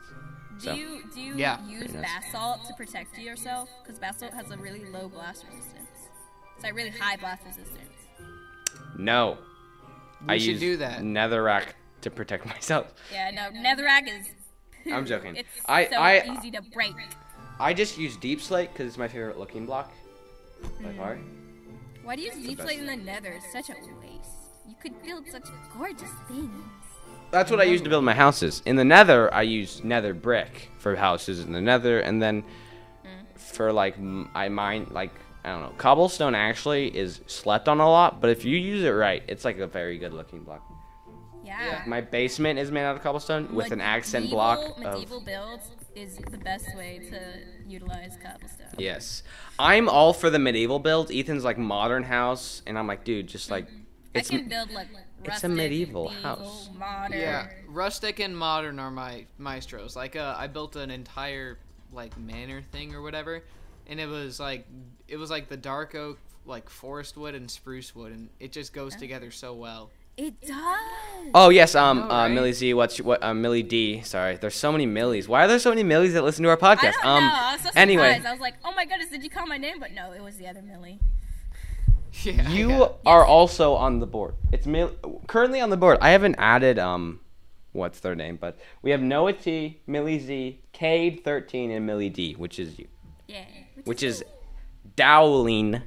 [SPEAKER 3] do you do you
[SPEAKER 2] Yeah.
[SPEAKER 3] use
[SPEAKER 1] Pretty nice.
[SPEAKER 3] basalt to protect yourself? Because basalt has a really low blast resistance. It's like really high blast resistance.
[SPEAKER 1] No,
[SPEAKER 2] We
[SPEAKER 1] I
[SPEAKER 2] should
[SPEAKER 1] used
[SPEAKER 2] do that.
[SPEAKER 1] netherrack to protect *laughs* myself.
[SPEAKER 3] Yeah, no, netherrack is.
[SPEAKER 1] I'm joking.
[SPEAKER 3] *laughs* It's
[SPEAKER 1] I
[SPEAKER 3] so
[SPEAKER 1] I
[SPEAKER 3] easy to break.
[SPEAKER 1] I just use deep slate because it's my favorite looking block by
[SPEAKER 2] Mm.
[SPEAKER 1] far.
[SPEAKER 3] Why do you use deep
[SPEAKER 1] best.
[SPEAKER 3] slate in the nether? It's such a waste. You could build such gorgeous things.
[SPEAKER 1] That's what I use to build my houses. In the Nether, I use Nether brick for houses in the Nether, and then
[SPEAKER 3] Mm.
[SPEAKER 1] for like m- I mine like I don't know cobblestone actually is slept on a lot, but if you use it right, it's like a very good looking block.
[SPEAKER 3] Yeah.
[SPEAKER 1] My basement is made out of cobblestone with
[SPEAKER 3] Like,
[SPEAKER 1] an accent
[SPEAKER 3] medieval-
[SPEAKER 1] block of
[SPEAKER 3] Medieval builds is the best way to utilize cobblestone.
[SPEAKER 1] yes. I'm all for the medieval build. Ethan's like modern house, and I'm like, dude, just like
[SPEAKER 3] Mm-hmm. I
[SPEAKER 1] it's
[SPEAKER 3] can build like
[SPEAKER 1] it's a
[SPEAKER 3] rustic,
[SPEAKER 1] medieval
[SPEAKER 3] medieval,
[SPEAKER 1] house.
[SPEAKER 3] Modern.
[SPEAKER 2] Yeah, rustic and modern are my maestros. Like, uh, I built an entire like manor thing or whatever, and it was like it was like the dark oak, like forest wood and spruce wood, and it just goes together so well. *laughs*
[SPEAKER 3] It does.
[SPEAKER 1] Oh yes, um,
[SPEAKER 2] know,
[SPEAKER 1] uh,
[SPEAKER 2] right?
[SPEAKER 1] Millie Z, what's what? Uh, Millie D. Sorry, there's so many Millies. Why are there so many Millies that listen to our
[SPEAKER 3] I
[SPEAKER 1] podcast?
[SPEAKER 3] don't
[SPEAKER 1] um,
[SPEAKER 3] know. I was so surprised.
[SPEAKER 1] anyway,
[SPEAKER 3] I was like, oh my goodness, did you call my name? But no, it was the other Millie.
[SPEAKER 2] Yeah.
[SPEAKER 1] you
[SPEAKER 2] yeah.
[SPEAKER 1] are also on the board. It's Mill- currently on the board. I haven't added um, what's their name? But we have Noah T, Millie Z, Cade thirteen, and Millie D, which is you,
[SPEAKER 3] Yeah.
[SPEAKER 1] which is Dowling,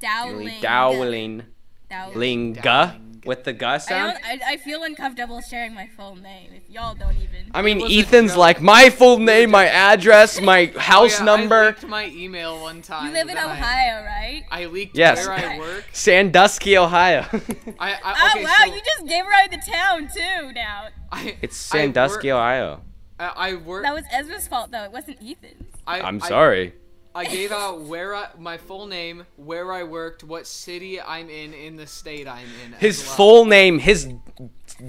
[SPEAKER 3] Dowling.
[SPEAKER 1] Dowling,
[SPEAKER 3] Dowling.
[SPEAKER 1] Linga
[SPEAKER 2] Dowling.
[SPEAKER 1] with the Gus
[SPEAKER 3] I,
[SPEAKER 1] sound.
[SPEAKER 3] don't, I, I feel uncomfortable sharing my full name if y'all don't even.
[SPEAKER 1] I mean,
[SPEAKER 2] was a
[SPEAKER 1] Ethan's
[SPEAKER 2] joke.
[SPEAKER 1] like my full name, my address, my
[SPEAKER 3] *laughs*
[SPEAKER 2] Oh,
[SPEAKER 1] house
[SPEAKER 2] yeah, I
[SPEAKER 1] number.
[SPEAKER 2] leaked my email one time.
[SPEAKER 3] you live in
[SPEAKER 2] and I-
[SPEAKER 3] Ohio, right?
[SPEAKER 2] I, leaked
[SPEAKER 1] Yes.
[SPEAKER 2] where I work.
[SPEAKER 1] Sandusky, Ohio.
[SPEAKER 2] *laughs* I, I
[SPEAKER 3] Oh
[SPEAKER 2] okay,
[SPEAKER 3] wow,
[SPEAKER 2] so
[SPEAKER 3] you just gave right the town too. Now
[SPEAKER 2] I,
[SPEAKER 1] it's
[SPEAKER 2] I wor-
[SPEAKER 1] Sandusky, Ohio.
[SPEAKER 2] I, I work.
[SPEAKER 3] that was Ezra's fault though. It wasn't Ethan's.
[SPEAKER 2] I,
[SPEAKER 1] I'm
[SPEAKER 2] I-
[SPEAKER 1] sorry.
[SPEAKER 2] I gave out where I, my full name, where I worked, what city I'm in, in the state I'm in. as
[SPEAKER 1] His
[SPEAKER 2] well.
[SPEAKER 1] full name, his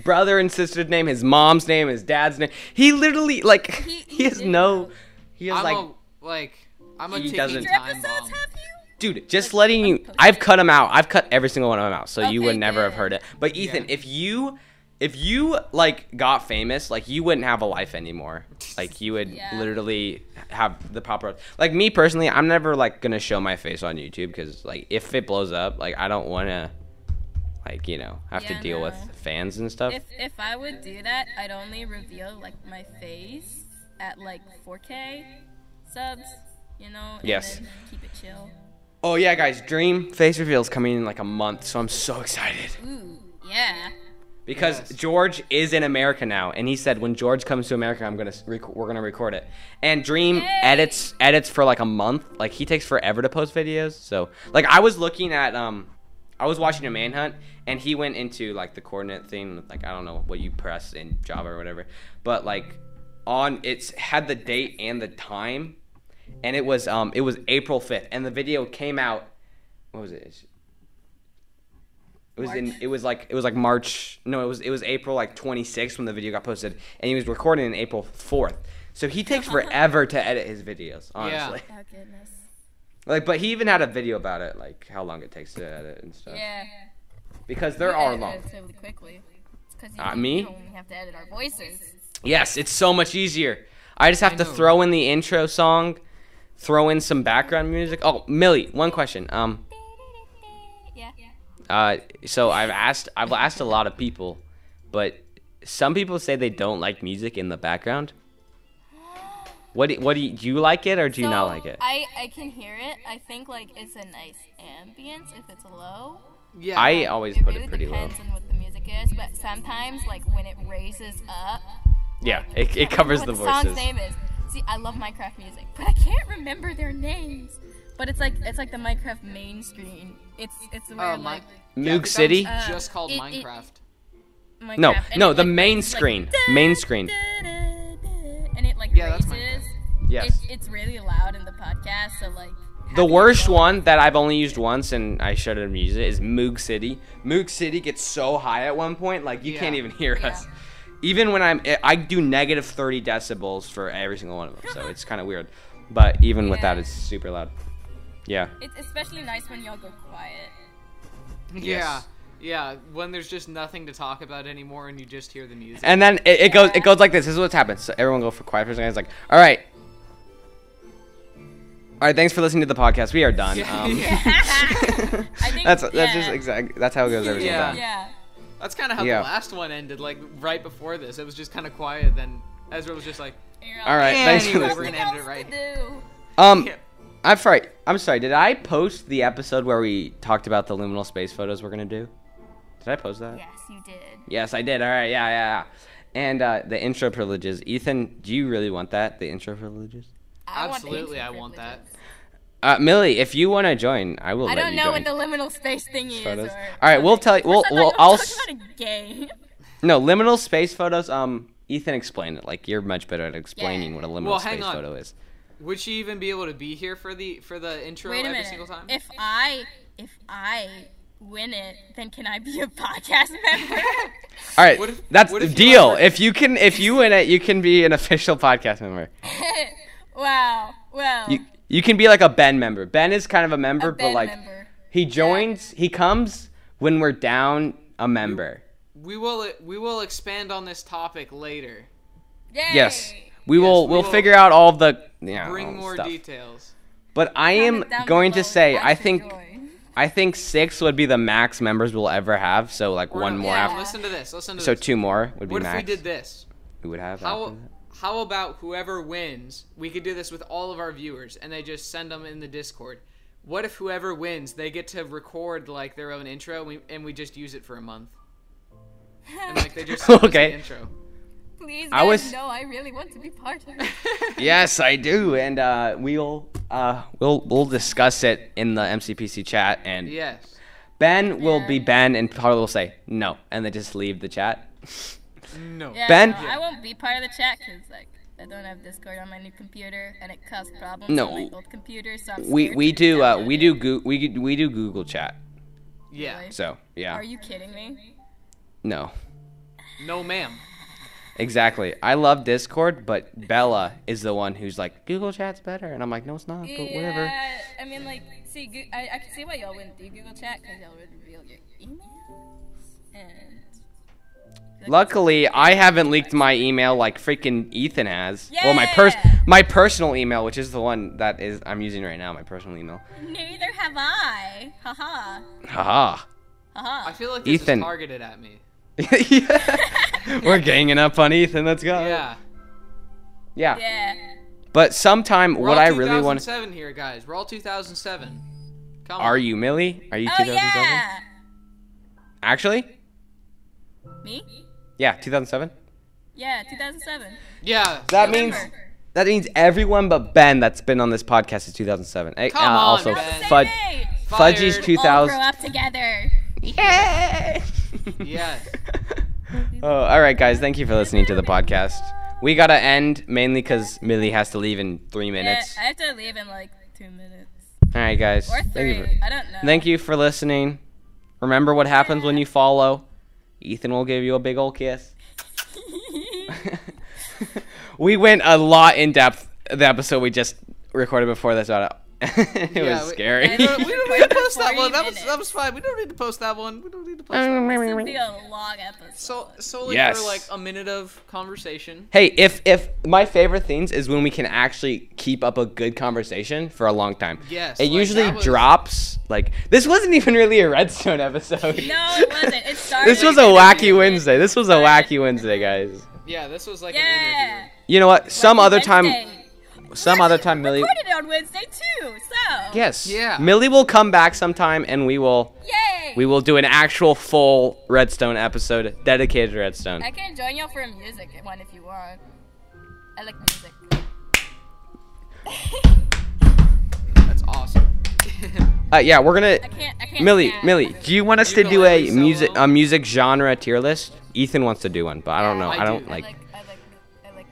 [SPEAKER 1] brother and sister's name, his mom's name, his dad's name. He literally like *laughs* he,
[SPEAKER 3] He- he
[SPEAKER 1] has
[SPEAKER 3] did
[SPEAKER 1] no. He has
[SPEAKER 2] I'm
[SPEAKER 1] like,
[SPEAKER 2] a, like I'm a
[SPEAKER 1] He
[SPEAKER 2] ticking
[SPEAKER 1] doesn't-
[SPEAKER 3] Your
[SPEAKER 2] time
[SPEAKER 3] episodes
[SPEAKER 2] bomb.
[SPEAKER 3] have you?
[SPEAKER 1] dude. Just letting you.
[SPEAKER 3] unposted.
[SPEAKER 1] I've cut him out. I've cut every single one of them out, so you
[SPEAKER 3] Okay,
[SPEAKER 1] would never have
[SPEAKER 3] good.
[SPEAKER 1] heard it. But Ethan,
[SPEAKER 2] Yeah.
[SPEAKER 1] if you, if you like got famous, like you wouldn't have a life anymore. Like you would
[SPEAKER 3] Yeah.
[SPEAKER 1] literally have the proper. Like me personally, I'm never like gonna show my face on YouTube because like if it blows up, like I don't wanna, like you know, have to
[SPEAKER 3] Yeah,
[SPEAKER 1] deal with
[SPEAKER 3] no.
[SPEAKER 1] fans and stuff.
[SPEAKER 3] If if I would do that, I'd only reveal like my face at like 4K subs, you know. and
[SPEAKER 1] Yes.
[SPEAKER 3] then keep it chill.
[SPEAKER 1] Oh yeah, guys, Dream face reveal's coming in like a month, so I'm so excited
[SPEAKER 3] Ooh, yeah.
[SPEAKER 1] because
[SPEAKER 2] Yes.
[SPEAKER 1] George is in America now, and he said when George comes to America, I'm gonna s- rec- we're gonna record it. And Dream
[SPEAKER 3] Yay!
[SPEAKER 1] edits edits for like a month, like he takes forever to post videos. So like I was looking at um, I was watching a manhunt, and he went into like the coordinate thing, with, like I don't know what you press in Java or whatever, but like on it's had the date and the time, and it was um it was April 5th, and the video came out. What was it? It's- It was in.
[SPEAKER 3] March?
[SPEAKER 1] It was like it was like March. No, it was it was April like 26th when the video got posted, and he was recording on April 4th. So he takes forever to edit his videos, honestly. *laughs*
[SPEAKER 3] Oh goodness.
[SPEAKER 1] Like, but he even had a video about it, like how long it takes to edit and stuff.
[SPEAKER 3] Yeah.
[SPEAKER 1] Because there are long.
[SPEAKER 3] Really quickly. It's 'cause
[SPEAKER 1] Uh,
[SPEAKER 3] you,
[SPEAKER 1] me?
[SPEAKER 3] you only have to edit our voices.
[SPEAKER 1] Yes, it's so much easier. I just have
[SPEAKER 2] I
[SPEAKER 1] to
[SPEAKER 2] know.
[SPEAKER 1] throw in the intro song, throw in some background music. Oh, Millie, one question. Um,
[SPEAKER 3] Yeah.
[SPEAKER 1] Uh, so I've asked I've asked a lot of people, but some people say they don't like music in the background. What do, what do you, do you like it or do you not
[SPEAKER 3] So,
[SPEAKER 1] like it?
[SPEAKER 3] I, I can hear it. I think like it's a nice ambience if it's low.
[SPEAKER 2] Yeah.
[SPEAKER 1] I always
[SPEAKER 3] uh, it
[SPEAKER 1] put
[SPEAKER 3] really
[SPEAKER 1] it pretty low.
[SPEAKER 3] depends on what the music is, but sometimes like when it raises up,
[SPEAKER 1] Yeah, it, it covers
[SPEAKER 3] what
[SPEAKER 1] the
[SPEAKER 3] the, song's
[SPEAKER 1] voices.
[SPEAKER 3] name is. See, I love Minecraft music, but I can't remember their names. But it's like it's like the Minecraft main screen. It's it's where
[SPEAKER 2] Oh, my.
[SPEAKER 3] like
[SPEAKER 1] Moog City?
[SPEAKER 3] Uh,
[SPEAKER 2] just called
[SPEAKER 3] it- it-
[SPEAKER 2] Minecraft.
[SPEAKER 3] Minecraft.
[SPEAKER 1] No,
[SPEAKER 3] and
[SPEAKER 1] no,
[SPEAKER 3] it,
[SPEAKER 1] the
[SPEAKER 3] like,
[SPEAKER 1] main
[SPEAKER 3] it's like,
[SPEAKER 1] screen.
[SPEAKER 3] "Da,
[SPEAKER 1] Main screen.
[SPEAKER 3] da, da, da," and it like
[SPEAKER 2] Yeah, that's
[SPEAKER 3] raises.
[SPEAKER 1] Yes.
[SPEAKER 3] It's, it's really loud in the podcast, so like.
[SPEAKER 1] The
[SPEAKER 3] having it
[SPEAKER 1] worst
[SPEAKER 3] low-
[SPEAKER 1] one that I've only used once and I shouldn't use it is Moog City. Moog City gets so high at one point, like you
[SPEAKER 2] Yeah.
[SPEAKER 1] can't even hear
[SPEAKER 3] Yeah.
[SPEAKER 1] us. Even when I'm, I- I do negative 30 decibels for every single one of them, so it's kind of weird. But even with that,
[SPEAKER 3] Yeah.
[SPEAKER 1] it's super loud. Yeah.
[SPEAKER 3] It's especially nice when y'all go quiet.
[SPEAKER 2] Yeah.
[SPEAKER 1] Yes.
[SPEAKER 2] Yeah. When there's just nothing to talk about anymore and you just hear the music.
[SPEAKER 1] And then it, it goes, it goes like this. This is what's happened. So everyone go for quiet for a second. It's like, all right. All right, thanks for listening to the podcast. We are done.
[SPEAKER 2] *laughs*
[SPEAKER 1] Um,
[SPEAKER 3] *laughs* I think
[SPEAKER 1] that's that's
[SPEAKER 3] yeah.
[SPEAKER 1] just exact. That's how it goes every single
[SPEAKER 2] Yeah.
[SPEAKER 1] time.
[SPEAKER 3] Yeah.
[SPEAKER 2] That's kind of how
[SPEAKER 1] Yeah.
[SPEAKER 2] the last one ended. Like right before this, it was just kind of quiet. Then Ezra was just like,
[SPEAKER 3] You're
[SPEAKER 1] All right, thanks for
[SPEAKER 2] Anyway,
[SPEAKER 1] listening.
[SPEAKER 2] we're gonna end it right
[SPEAKER 1] Um,
[SPEAKER 2] "Yeah,
[SPEAKER 1] I'm sorry. I'm sorry. Did I post the episode where we talked about the liminal space photos we're gonna do? Did I post that?
[SPEAKER 3] Yes, you did.
[SPEAKER 1] Yes, I did. All right. Yeah, yeah. yeah. And uh, the intro privileges. Ethan, do you really want that? The intro privileges.
[SPEAKER 3] I want
[SPEAKER 2] Absolutely,
[SPEAKER 3] ancient
[SPEAKER 2] I want that.
[SPEAKER 3] privileges.
[SPEAKER 1] Uh, Millie, if you want to join, I will.
[SPEAKER 3] I
[SPEAKER 1] let
[SPEAKER 3] don't
[SPEAKER 1] you
[SPEAKER 3] know
[SPEAKER 1] join.
[SPEAKER 3] what the liminal space thing is.
[SPEAKER 1] photos.
[SPEAKER 3] Or...
[SPEAKER 1] All right, we'll tell you. We'll,
[SPEAKER 3] I thought you
[SPEAKER 1] we'll
[SPEAKER 3] were
[SPEAKER 1] I'll
[SPEAKER 3] talking
[SPEAKER 1] s-
[SPEAKER 2] *laughs*
[SPEAKER 3] about a game.
[SPEAKER 1] no liminal space photos. Um, Ethan, explain it. Like you're much better at explaining
[SPEAKER 3] Yeah.
[SPEAKER 1] what a liminal
[SPEAKER 2] Well, hang
[SPEAKER 1] space
[SPEAKER 2] on.
[SPEAKER 1] photo is.
[SPEAKER 2] Would she even be able to be here for the for the intro
[SPEAKER 3] Wait a
[SPEAKER 2] every
[SPEAKER 3] minute.
[SPEAKER 2] single time?
[SPEAKER 3] If I if I win it, then can I be a *laughs* podcast member? *laughs*
[SPEAKER 1] All right,
[SPEAKER 2] What if-
[SPEAKER 1] that's
[SPEAKER 2] what
[SPEAKER 1] the
[SPEAKER 2] if you
[SPEAKER 1] deal.
[SPEAKER 2] offer-
[SPEAKER 1] If you can, if you win it, you can be an *laughs* official podcast member.
[SPEAKER 3] wow. Well,
[SPEAKER 2] *gasps*
[SPEAKER 1] You you can be like a Ben member. Ben is kind of a member,
[SPEAKER 3] a
[SPEAKER 1] but
[SPEAKER 3] band
[SPEAKER 1] like
[SPEAKER 3] member.
[SPEAKER 1] he joins, he comes when we're down a member.
[SPEAKER 2] we will we will expand on this topic later.
[SPEAKER 3] Yay.
[SPEAKER 1] Yes, we
[SPEAKER 2] Yes,
[SPEAKER 1] will.
[SPEAKER 2] we
[SPEAKER 1] We'll,
[SPEAKER 2] will
[SPEAKER 1] figure out all the yeah, all
[SPEAKER 2] Bring
[SPEAKER 1] the
[SPEAKER 2] more
[SPEAKER 1] stuff.
[SPEAKER 2] details.
[SPEAKER 1] But I am
[SPEAKER 3] Comment down
[SPEAKER 1] going to
[SPEAKER 3] below
[SPEAKER 1] say,
[SPEAKER 3] if
[SPEAKER 1] I
[SPEAKER 3] should
[SPEAKER 1] think
[SPEAKER 3] *laughs* join.
[SPEAKER 1] I think six would be the max members we'll ever have. So like
[SPEAKER 2] Or
[SPEAKER 1] one
[SPEAKER 2] no,
[SPEAKER 1] more
[SPEAKER 2] yeah,
[SPEAKER 1] after.
[SPEAKER 2] Listen to this. Listen to
[SPEAKER 1] So
[SPEAKER 2] this.
[SPEAKER 1] two more would be
[SPEAKER 2] what if
[SPEAKER 1] max.
[SPEAKER 2] we did this?
[SPEAKER 1] We would have.
[SPEAKER 2] How
[SPEAKER 1] after that.
[SPEAKER 2] how about whoever wins? We could do this with all of our viewers, and they just send them in the Discord. What if whoever wins, they get to record like their own intro, and we, and we just use it for a month, and like they just send us the
[SPEAKER 1] *laughs* Okay.
[SPEAKER 2] intro.
[SPEAKER 3] Please,
[SPEAKER 1] I
[SPEAKER 3] guys,
[SPEAKER 1] was-
[SPEAKER 3] no, I really want to be part of it.
[SPEAKER 2] *laughs*
[SPEAKER 1] Yes, I do, and uh, we'll uh, we'll we'll discuss it in the MCPC chat, and
[SPEAKER 2] Yes.
[SPEAKER 1] Ben will be
[SPEAKER 3] Yeah.
[SPEAKER 1] Ben, and Carla will say no, and they just leave the
[SPEAKER 3] *laughs*
[SPEAKER 1] chat.
[SPEAKER 2] No.
[SPEAKER 3] Yeah,
[SPEAKER 1] Ben-
[SPEAKER 3] no, I won't be part of the chat because like I don't have Discord on my new computer and it caused problems
[SPEAKER 1] No.
[SPEAKER 3] on my old computer. So I'm
[SPEAKER 1] We
[SPEAKER 3] scared
[SPEAKER 1] we
[SPEAKER 3] to
[SPEAKER 1] do uh,
[SPEAKER 3] download
[SPEAKER 1] we
[SPEAKER 3] it.
[SPEAKER 1] do Goo we we do Google chat.
[SPEAKER 2] Yeah.
[SPEAKER 1] So yeah,
[SPEAKER 3] Are you kidding me?
[SPEAKER 1] no,
[SPEAKER 2] No, ma'am.
[SPEAKER 1] exactly. I love Discord, but Bella is the one who's like Google chat's better, and I'm like, no, it's not, but whatever.
[SPEAKER 3] Yeah, I mean like see, Goo- I, I can see why y'all wouldn't do Google Chat because y'all would reveal your emails and.
[SPEAKER 1] Luckily, I haven't leaked my email like freaking Ethan has. Well, my pers
[SPEAKER 3] Yeah.
[SPEAKER 1] my personal email, which is the one that is I'm using right now, my personal email.
[SPEAKER 3] Neither have I. Haha.
[SPEAKER 1] Haha. *laughs*
[SPEAKER 2] I
[SPEAKER 3] Haha.
[SPEAKER 2] feel like this
[SPEAKER 1] Ethan.
[SPEAKER 2] is targeted at me.
[SPEAKER 1] Uh, We're ganging up on Ethan. Let's go.
[SPEAKER 2] Yeah.
[SPEAKER 1] Yeah.
[SPEAKER 3] Yeah.
[SPEAKER 1] But sometime,
[SPEAKER 2] We're
[SPEAKER 1] what
[SPEAKER 2] all
[SPEAKER 1] I really want.
[SPEAKER 2] 2007 here, guys. We're all 2007. Come
[SPEAKER 1] Are
[SPEAKER 2] on.
[SPEAKER 1] you Millie? Are you
[SPEAKER 3] Oh
[SPEAKER 1] 2007?
[SPEAKER 3] yeah.
[SPEAKER 1] Actually,
[SPEAKER 3] Me?
[SPEAKER 1] yeah, 2007.
[SPEAKER 3] Yeah, 2007.
[SPEAKER 2] Yeah.
[SPEAKER 1] That means
[SPEAKER 3] November.
[SPEAKER 1] that means everyone but Ben that's been on this podcast is 2007. Eh,
[SPEAKER 2] Come on,
[SPEAKER 1] also,
[SPEAKER 2] Ben.
[SPEAKER 1] Fud-
[SPEAKER 3] Hey,
[SPEAKER 1] Fudgy's
[SPEAKER 2] Fired.
[SPEAKER 3] we all grow
[SPEAKER 1] 2000.
[SPEAKER 3] up together.
[SPEAKER 1] Yeah. *laughs*
[SPEAKER 2] Yes.
[SPEAKER 1] oh, all right, guys. Thank you for listening to the podcast. We gotta end mainly because Millie has to leave in three
[SPEAKER 3] Yeah,
[SPEAKER 1] minutes.
[SPEAKER 3] I have to leave in like two minutes
[SPEAKER 1] All right, guys.
[SPEAKER 3] or
[SPEAKER 1] Thank
[SPEAKER 3] three.
[SPEAKER 1] you,
[SPEAKER 3] I don't know.
[SPEAKER 1] for, thank you for listening. Remember what happens when you follow. Ethan will give you a big old kiss. *laughs* we went a lot in depth the episode we just recorded before this. Out. *laughs* it
[SPEAKER 2] Yeah,
[SPEAKER 1] was
[SPEAKER 2] we-
[SPEAKER 1] scary.
[SPEAKER 2] We don't, we
[SPEAKER 3] *laughs*
[SPEAKER 2] don't need to post that
[SPEAKER 3] 40
[SPEAKER 2] one. That was, that
[SPEAKER 3] minutes.
[SPEAKER 2] was fine. We don't need to post that one. We don't need to post that one.
[SPEAKER 3] *laughs*
[SPEAKER 1] *laughs*
[SPEAKER 3] This would be a long episode.
[SPEAKER 2] So solely
[SPEAKER 1] Oh, Yes.
[SPEAKER 2] for like a minute of conversation.
[SPEAKER 1] Hey, if if my favorite things is when we can actually keep up a good conversation for a long time.
[SPEAKER 2] Yes,
[SPEAKER 1] It
[SPEAKER 2] like,
[SPEAKER 1] usually
[SPEAKER 2] that was-
[SPEAKER 1] drops like this wasn't even really a redstone episode.
[SPEAKER 3] no, it wasn't.
[SPEAKER 1] *laughs*
[SPEAKER 3] It started.
[SPEAKER 1] This was a wacky Wednesday. This was a wacky Wednesday, guys.
[SPEAKER 2] Yeah, this was like an
[SPEAKER 3] Yeah.
[SPEAKER 2] interview.
[SPEAKER 1] You know what? Some other time
[SPEAKER 3] Wednesday.
[SPEAKER 1] some
[SPEAKER 3] We
[SPEAKER 1] other
[SPEAKER 3] actually
[SPEAKER 1] time Millie
[SPEAKER 3] Recorded it on Wednesday too. So.
[SPEAKER 1] Yes.
[SPEAKER 2] Yeah.
[SPEAKER 1] Millie will come back sometime and we will
[SPEAKER 3] Yay.
[SPEAKER 1] we will do an actual full redstone episode dedicated to redstone.
[SPEAKER 3] I can join y'all for a music one if you want. I like music. *laughs*
[SPEAKER 2] That's awesome. *laughs*
[SPEAKER 1] Uh, yeah, we're going
[SPEAKER 3] I
[SPEAKER 1] to
[SPEAKER 3] can't. I can't.
[SPEAKER 1] Millie,
[SPEAKER 3] dance.
[SPEAKER 1] Millie, do you want us
[SPEAKER 2] You
[SPEAKER 1] to
[SPEAKER 2] go
[SPEAKER 1] do
[SPEAKER 2] every
[SPEAKER 1] a music
[SPEAKER 2] solo.
[SPEAKER 1] a music genre tier list? Ethan wants to do one, but I don't know.
[SPEAKER 2] I
[SPEAKER 1] I, don't
[SPEAKER 2] do.
[SPEAKER 1] like,
[SPEAKER 3] I like. I like.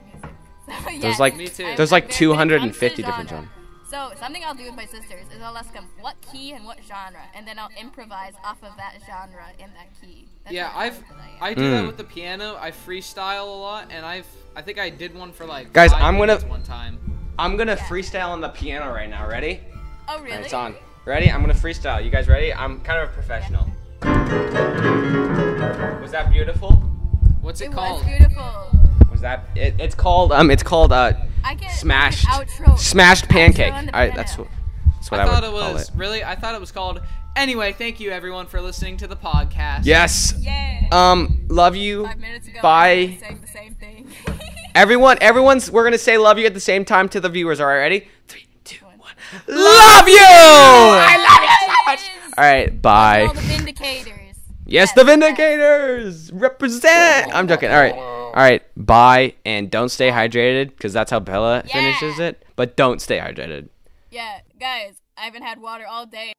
[SPEAKER 3] I
[SPEAKER 1] *laughs*
[SPEAKER 3] like music. So, yes.
[SPEAKER 1] There's like
[SPEAKER 2] Me too.
[SPEAKER 3] I'm-
[SPEAKER 1] there's
[SPEAKER 3] I'm
[SPEAKER 1] like
[SPEAKER 3] very-
[SPEAKER 1] 250
[SPEAKER 3] when it comes
[SPEAKER 1] different
[SPEAKER 3] to
[SPEAKER 1] genres.
[SPEAKER 3] So something I'll do with my sisters is I'll ask them what key and what genre, and then I'll improvise off of that genre in that key. That's
[SPEAKER 2] Yeah,
[SPEAKER 3] how
[SPEAKER 2] I've
[SPEAKER 3] talented I
[SPEAKER 2] I
[SPEAKER 3] am.
[SPEAKER 2] do that
[SPEAKER 1] Mm.
[SPEAKER 2] with the piano. I freestyle a lot, and I've I think I did one for like
[SPEAKER 1] Guys,
[SPEAKER 2] five
[SPEAKER 1] I'm gonna-
[SPEAKER 2] minutes one time.
[SPEAKER 1] I'm gonna freestyle on the piano right now. Ready?
[SPEAKER 3] oh really?
[SPEAKER 1] It's on. Ready? I'm gonna freestyle. You guys ready? I'm kind of a professional. Was that beautiful?
[SPEAKER 2] What's it,
[SPEAKER 3] It
[SPEAKER 2] called?
[SPEAKER 3] was beautiful.
[SPEAKER 1] Was that? It, it's called um. It's called uh.
[SPEAKER 3] I can
[SPEAKER 1] Smashed.
[SPEAKER 3] I can outro.
[SPEAKER 1] Smashed pancake.
[SPEAKER 3] on
[SPEAKER 1] All
[SPEAKER 3] the
[SPEAKER 1] right,
[SPEAKER 3] piano.
[SPEAKER 1] that's what. That's what
[SPEAKER 2] I,
[SPEAKER 1] I,
[SPEAKER 2] thought
[SPEAKER 1] would
[SPEAKER 2] it
[SPEAKER 1] call
[SPEAKER 2] was
[SPEAKER 1] it.
[SPEAKER 2] really. I thought it was called. Anyway, thank you everyone for listening to the podcast.
[SPEAKER 1] Yes.
[SPEAKER 3] Yeah.
[SPEAKER 1] Um. Love you.
[SPEAKER 3] Five minutes ago.
[SPEAKER 1] Bye.
[SPEAKER 3] I sang the same thing. *laughs*
[SPEAKER 1] Everyone. Everyone's. We're gonna say love you at the same time to the viewers. All right. Ready? Three, two, one. Love you. I love you so much. All right. Bye.
[SPEAKER 3] All the vindicators.
[SPEAKER 1] Yes, the Vindicators represent. I'm joking. All right, all right. Bye, and don't stay hydrated because that's how Bella
[SPEAKER 3] Yeah.
[SPEAKER 1] finishes it. But don't stay hydrated.
[SPEAKER 3] Yeah, guys, I haven't had water all day.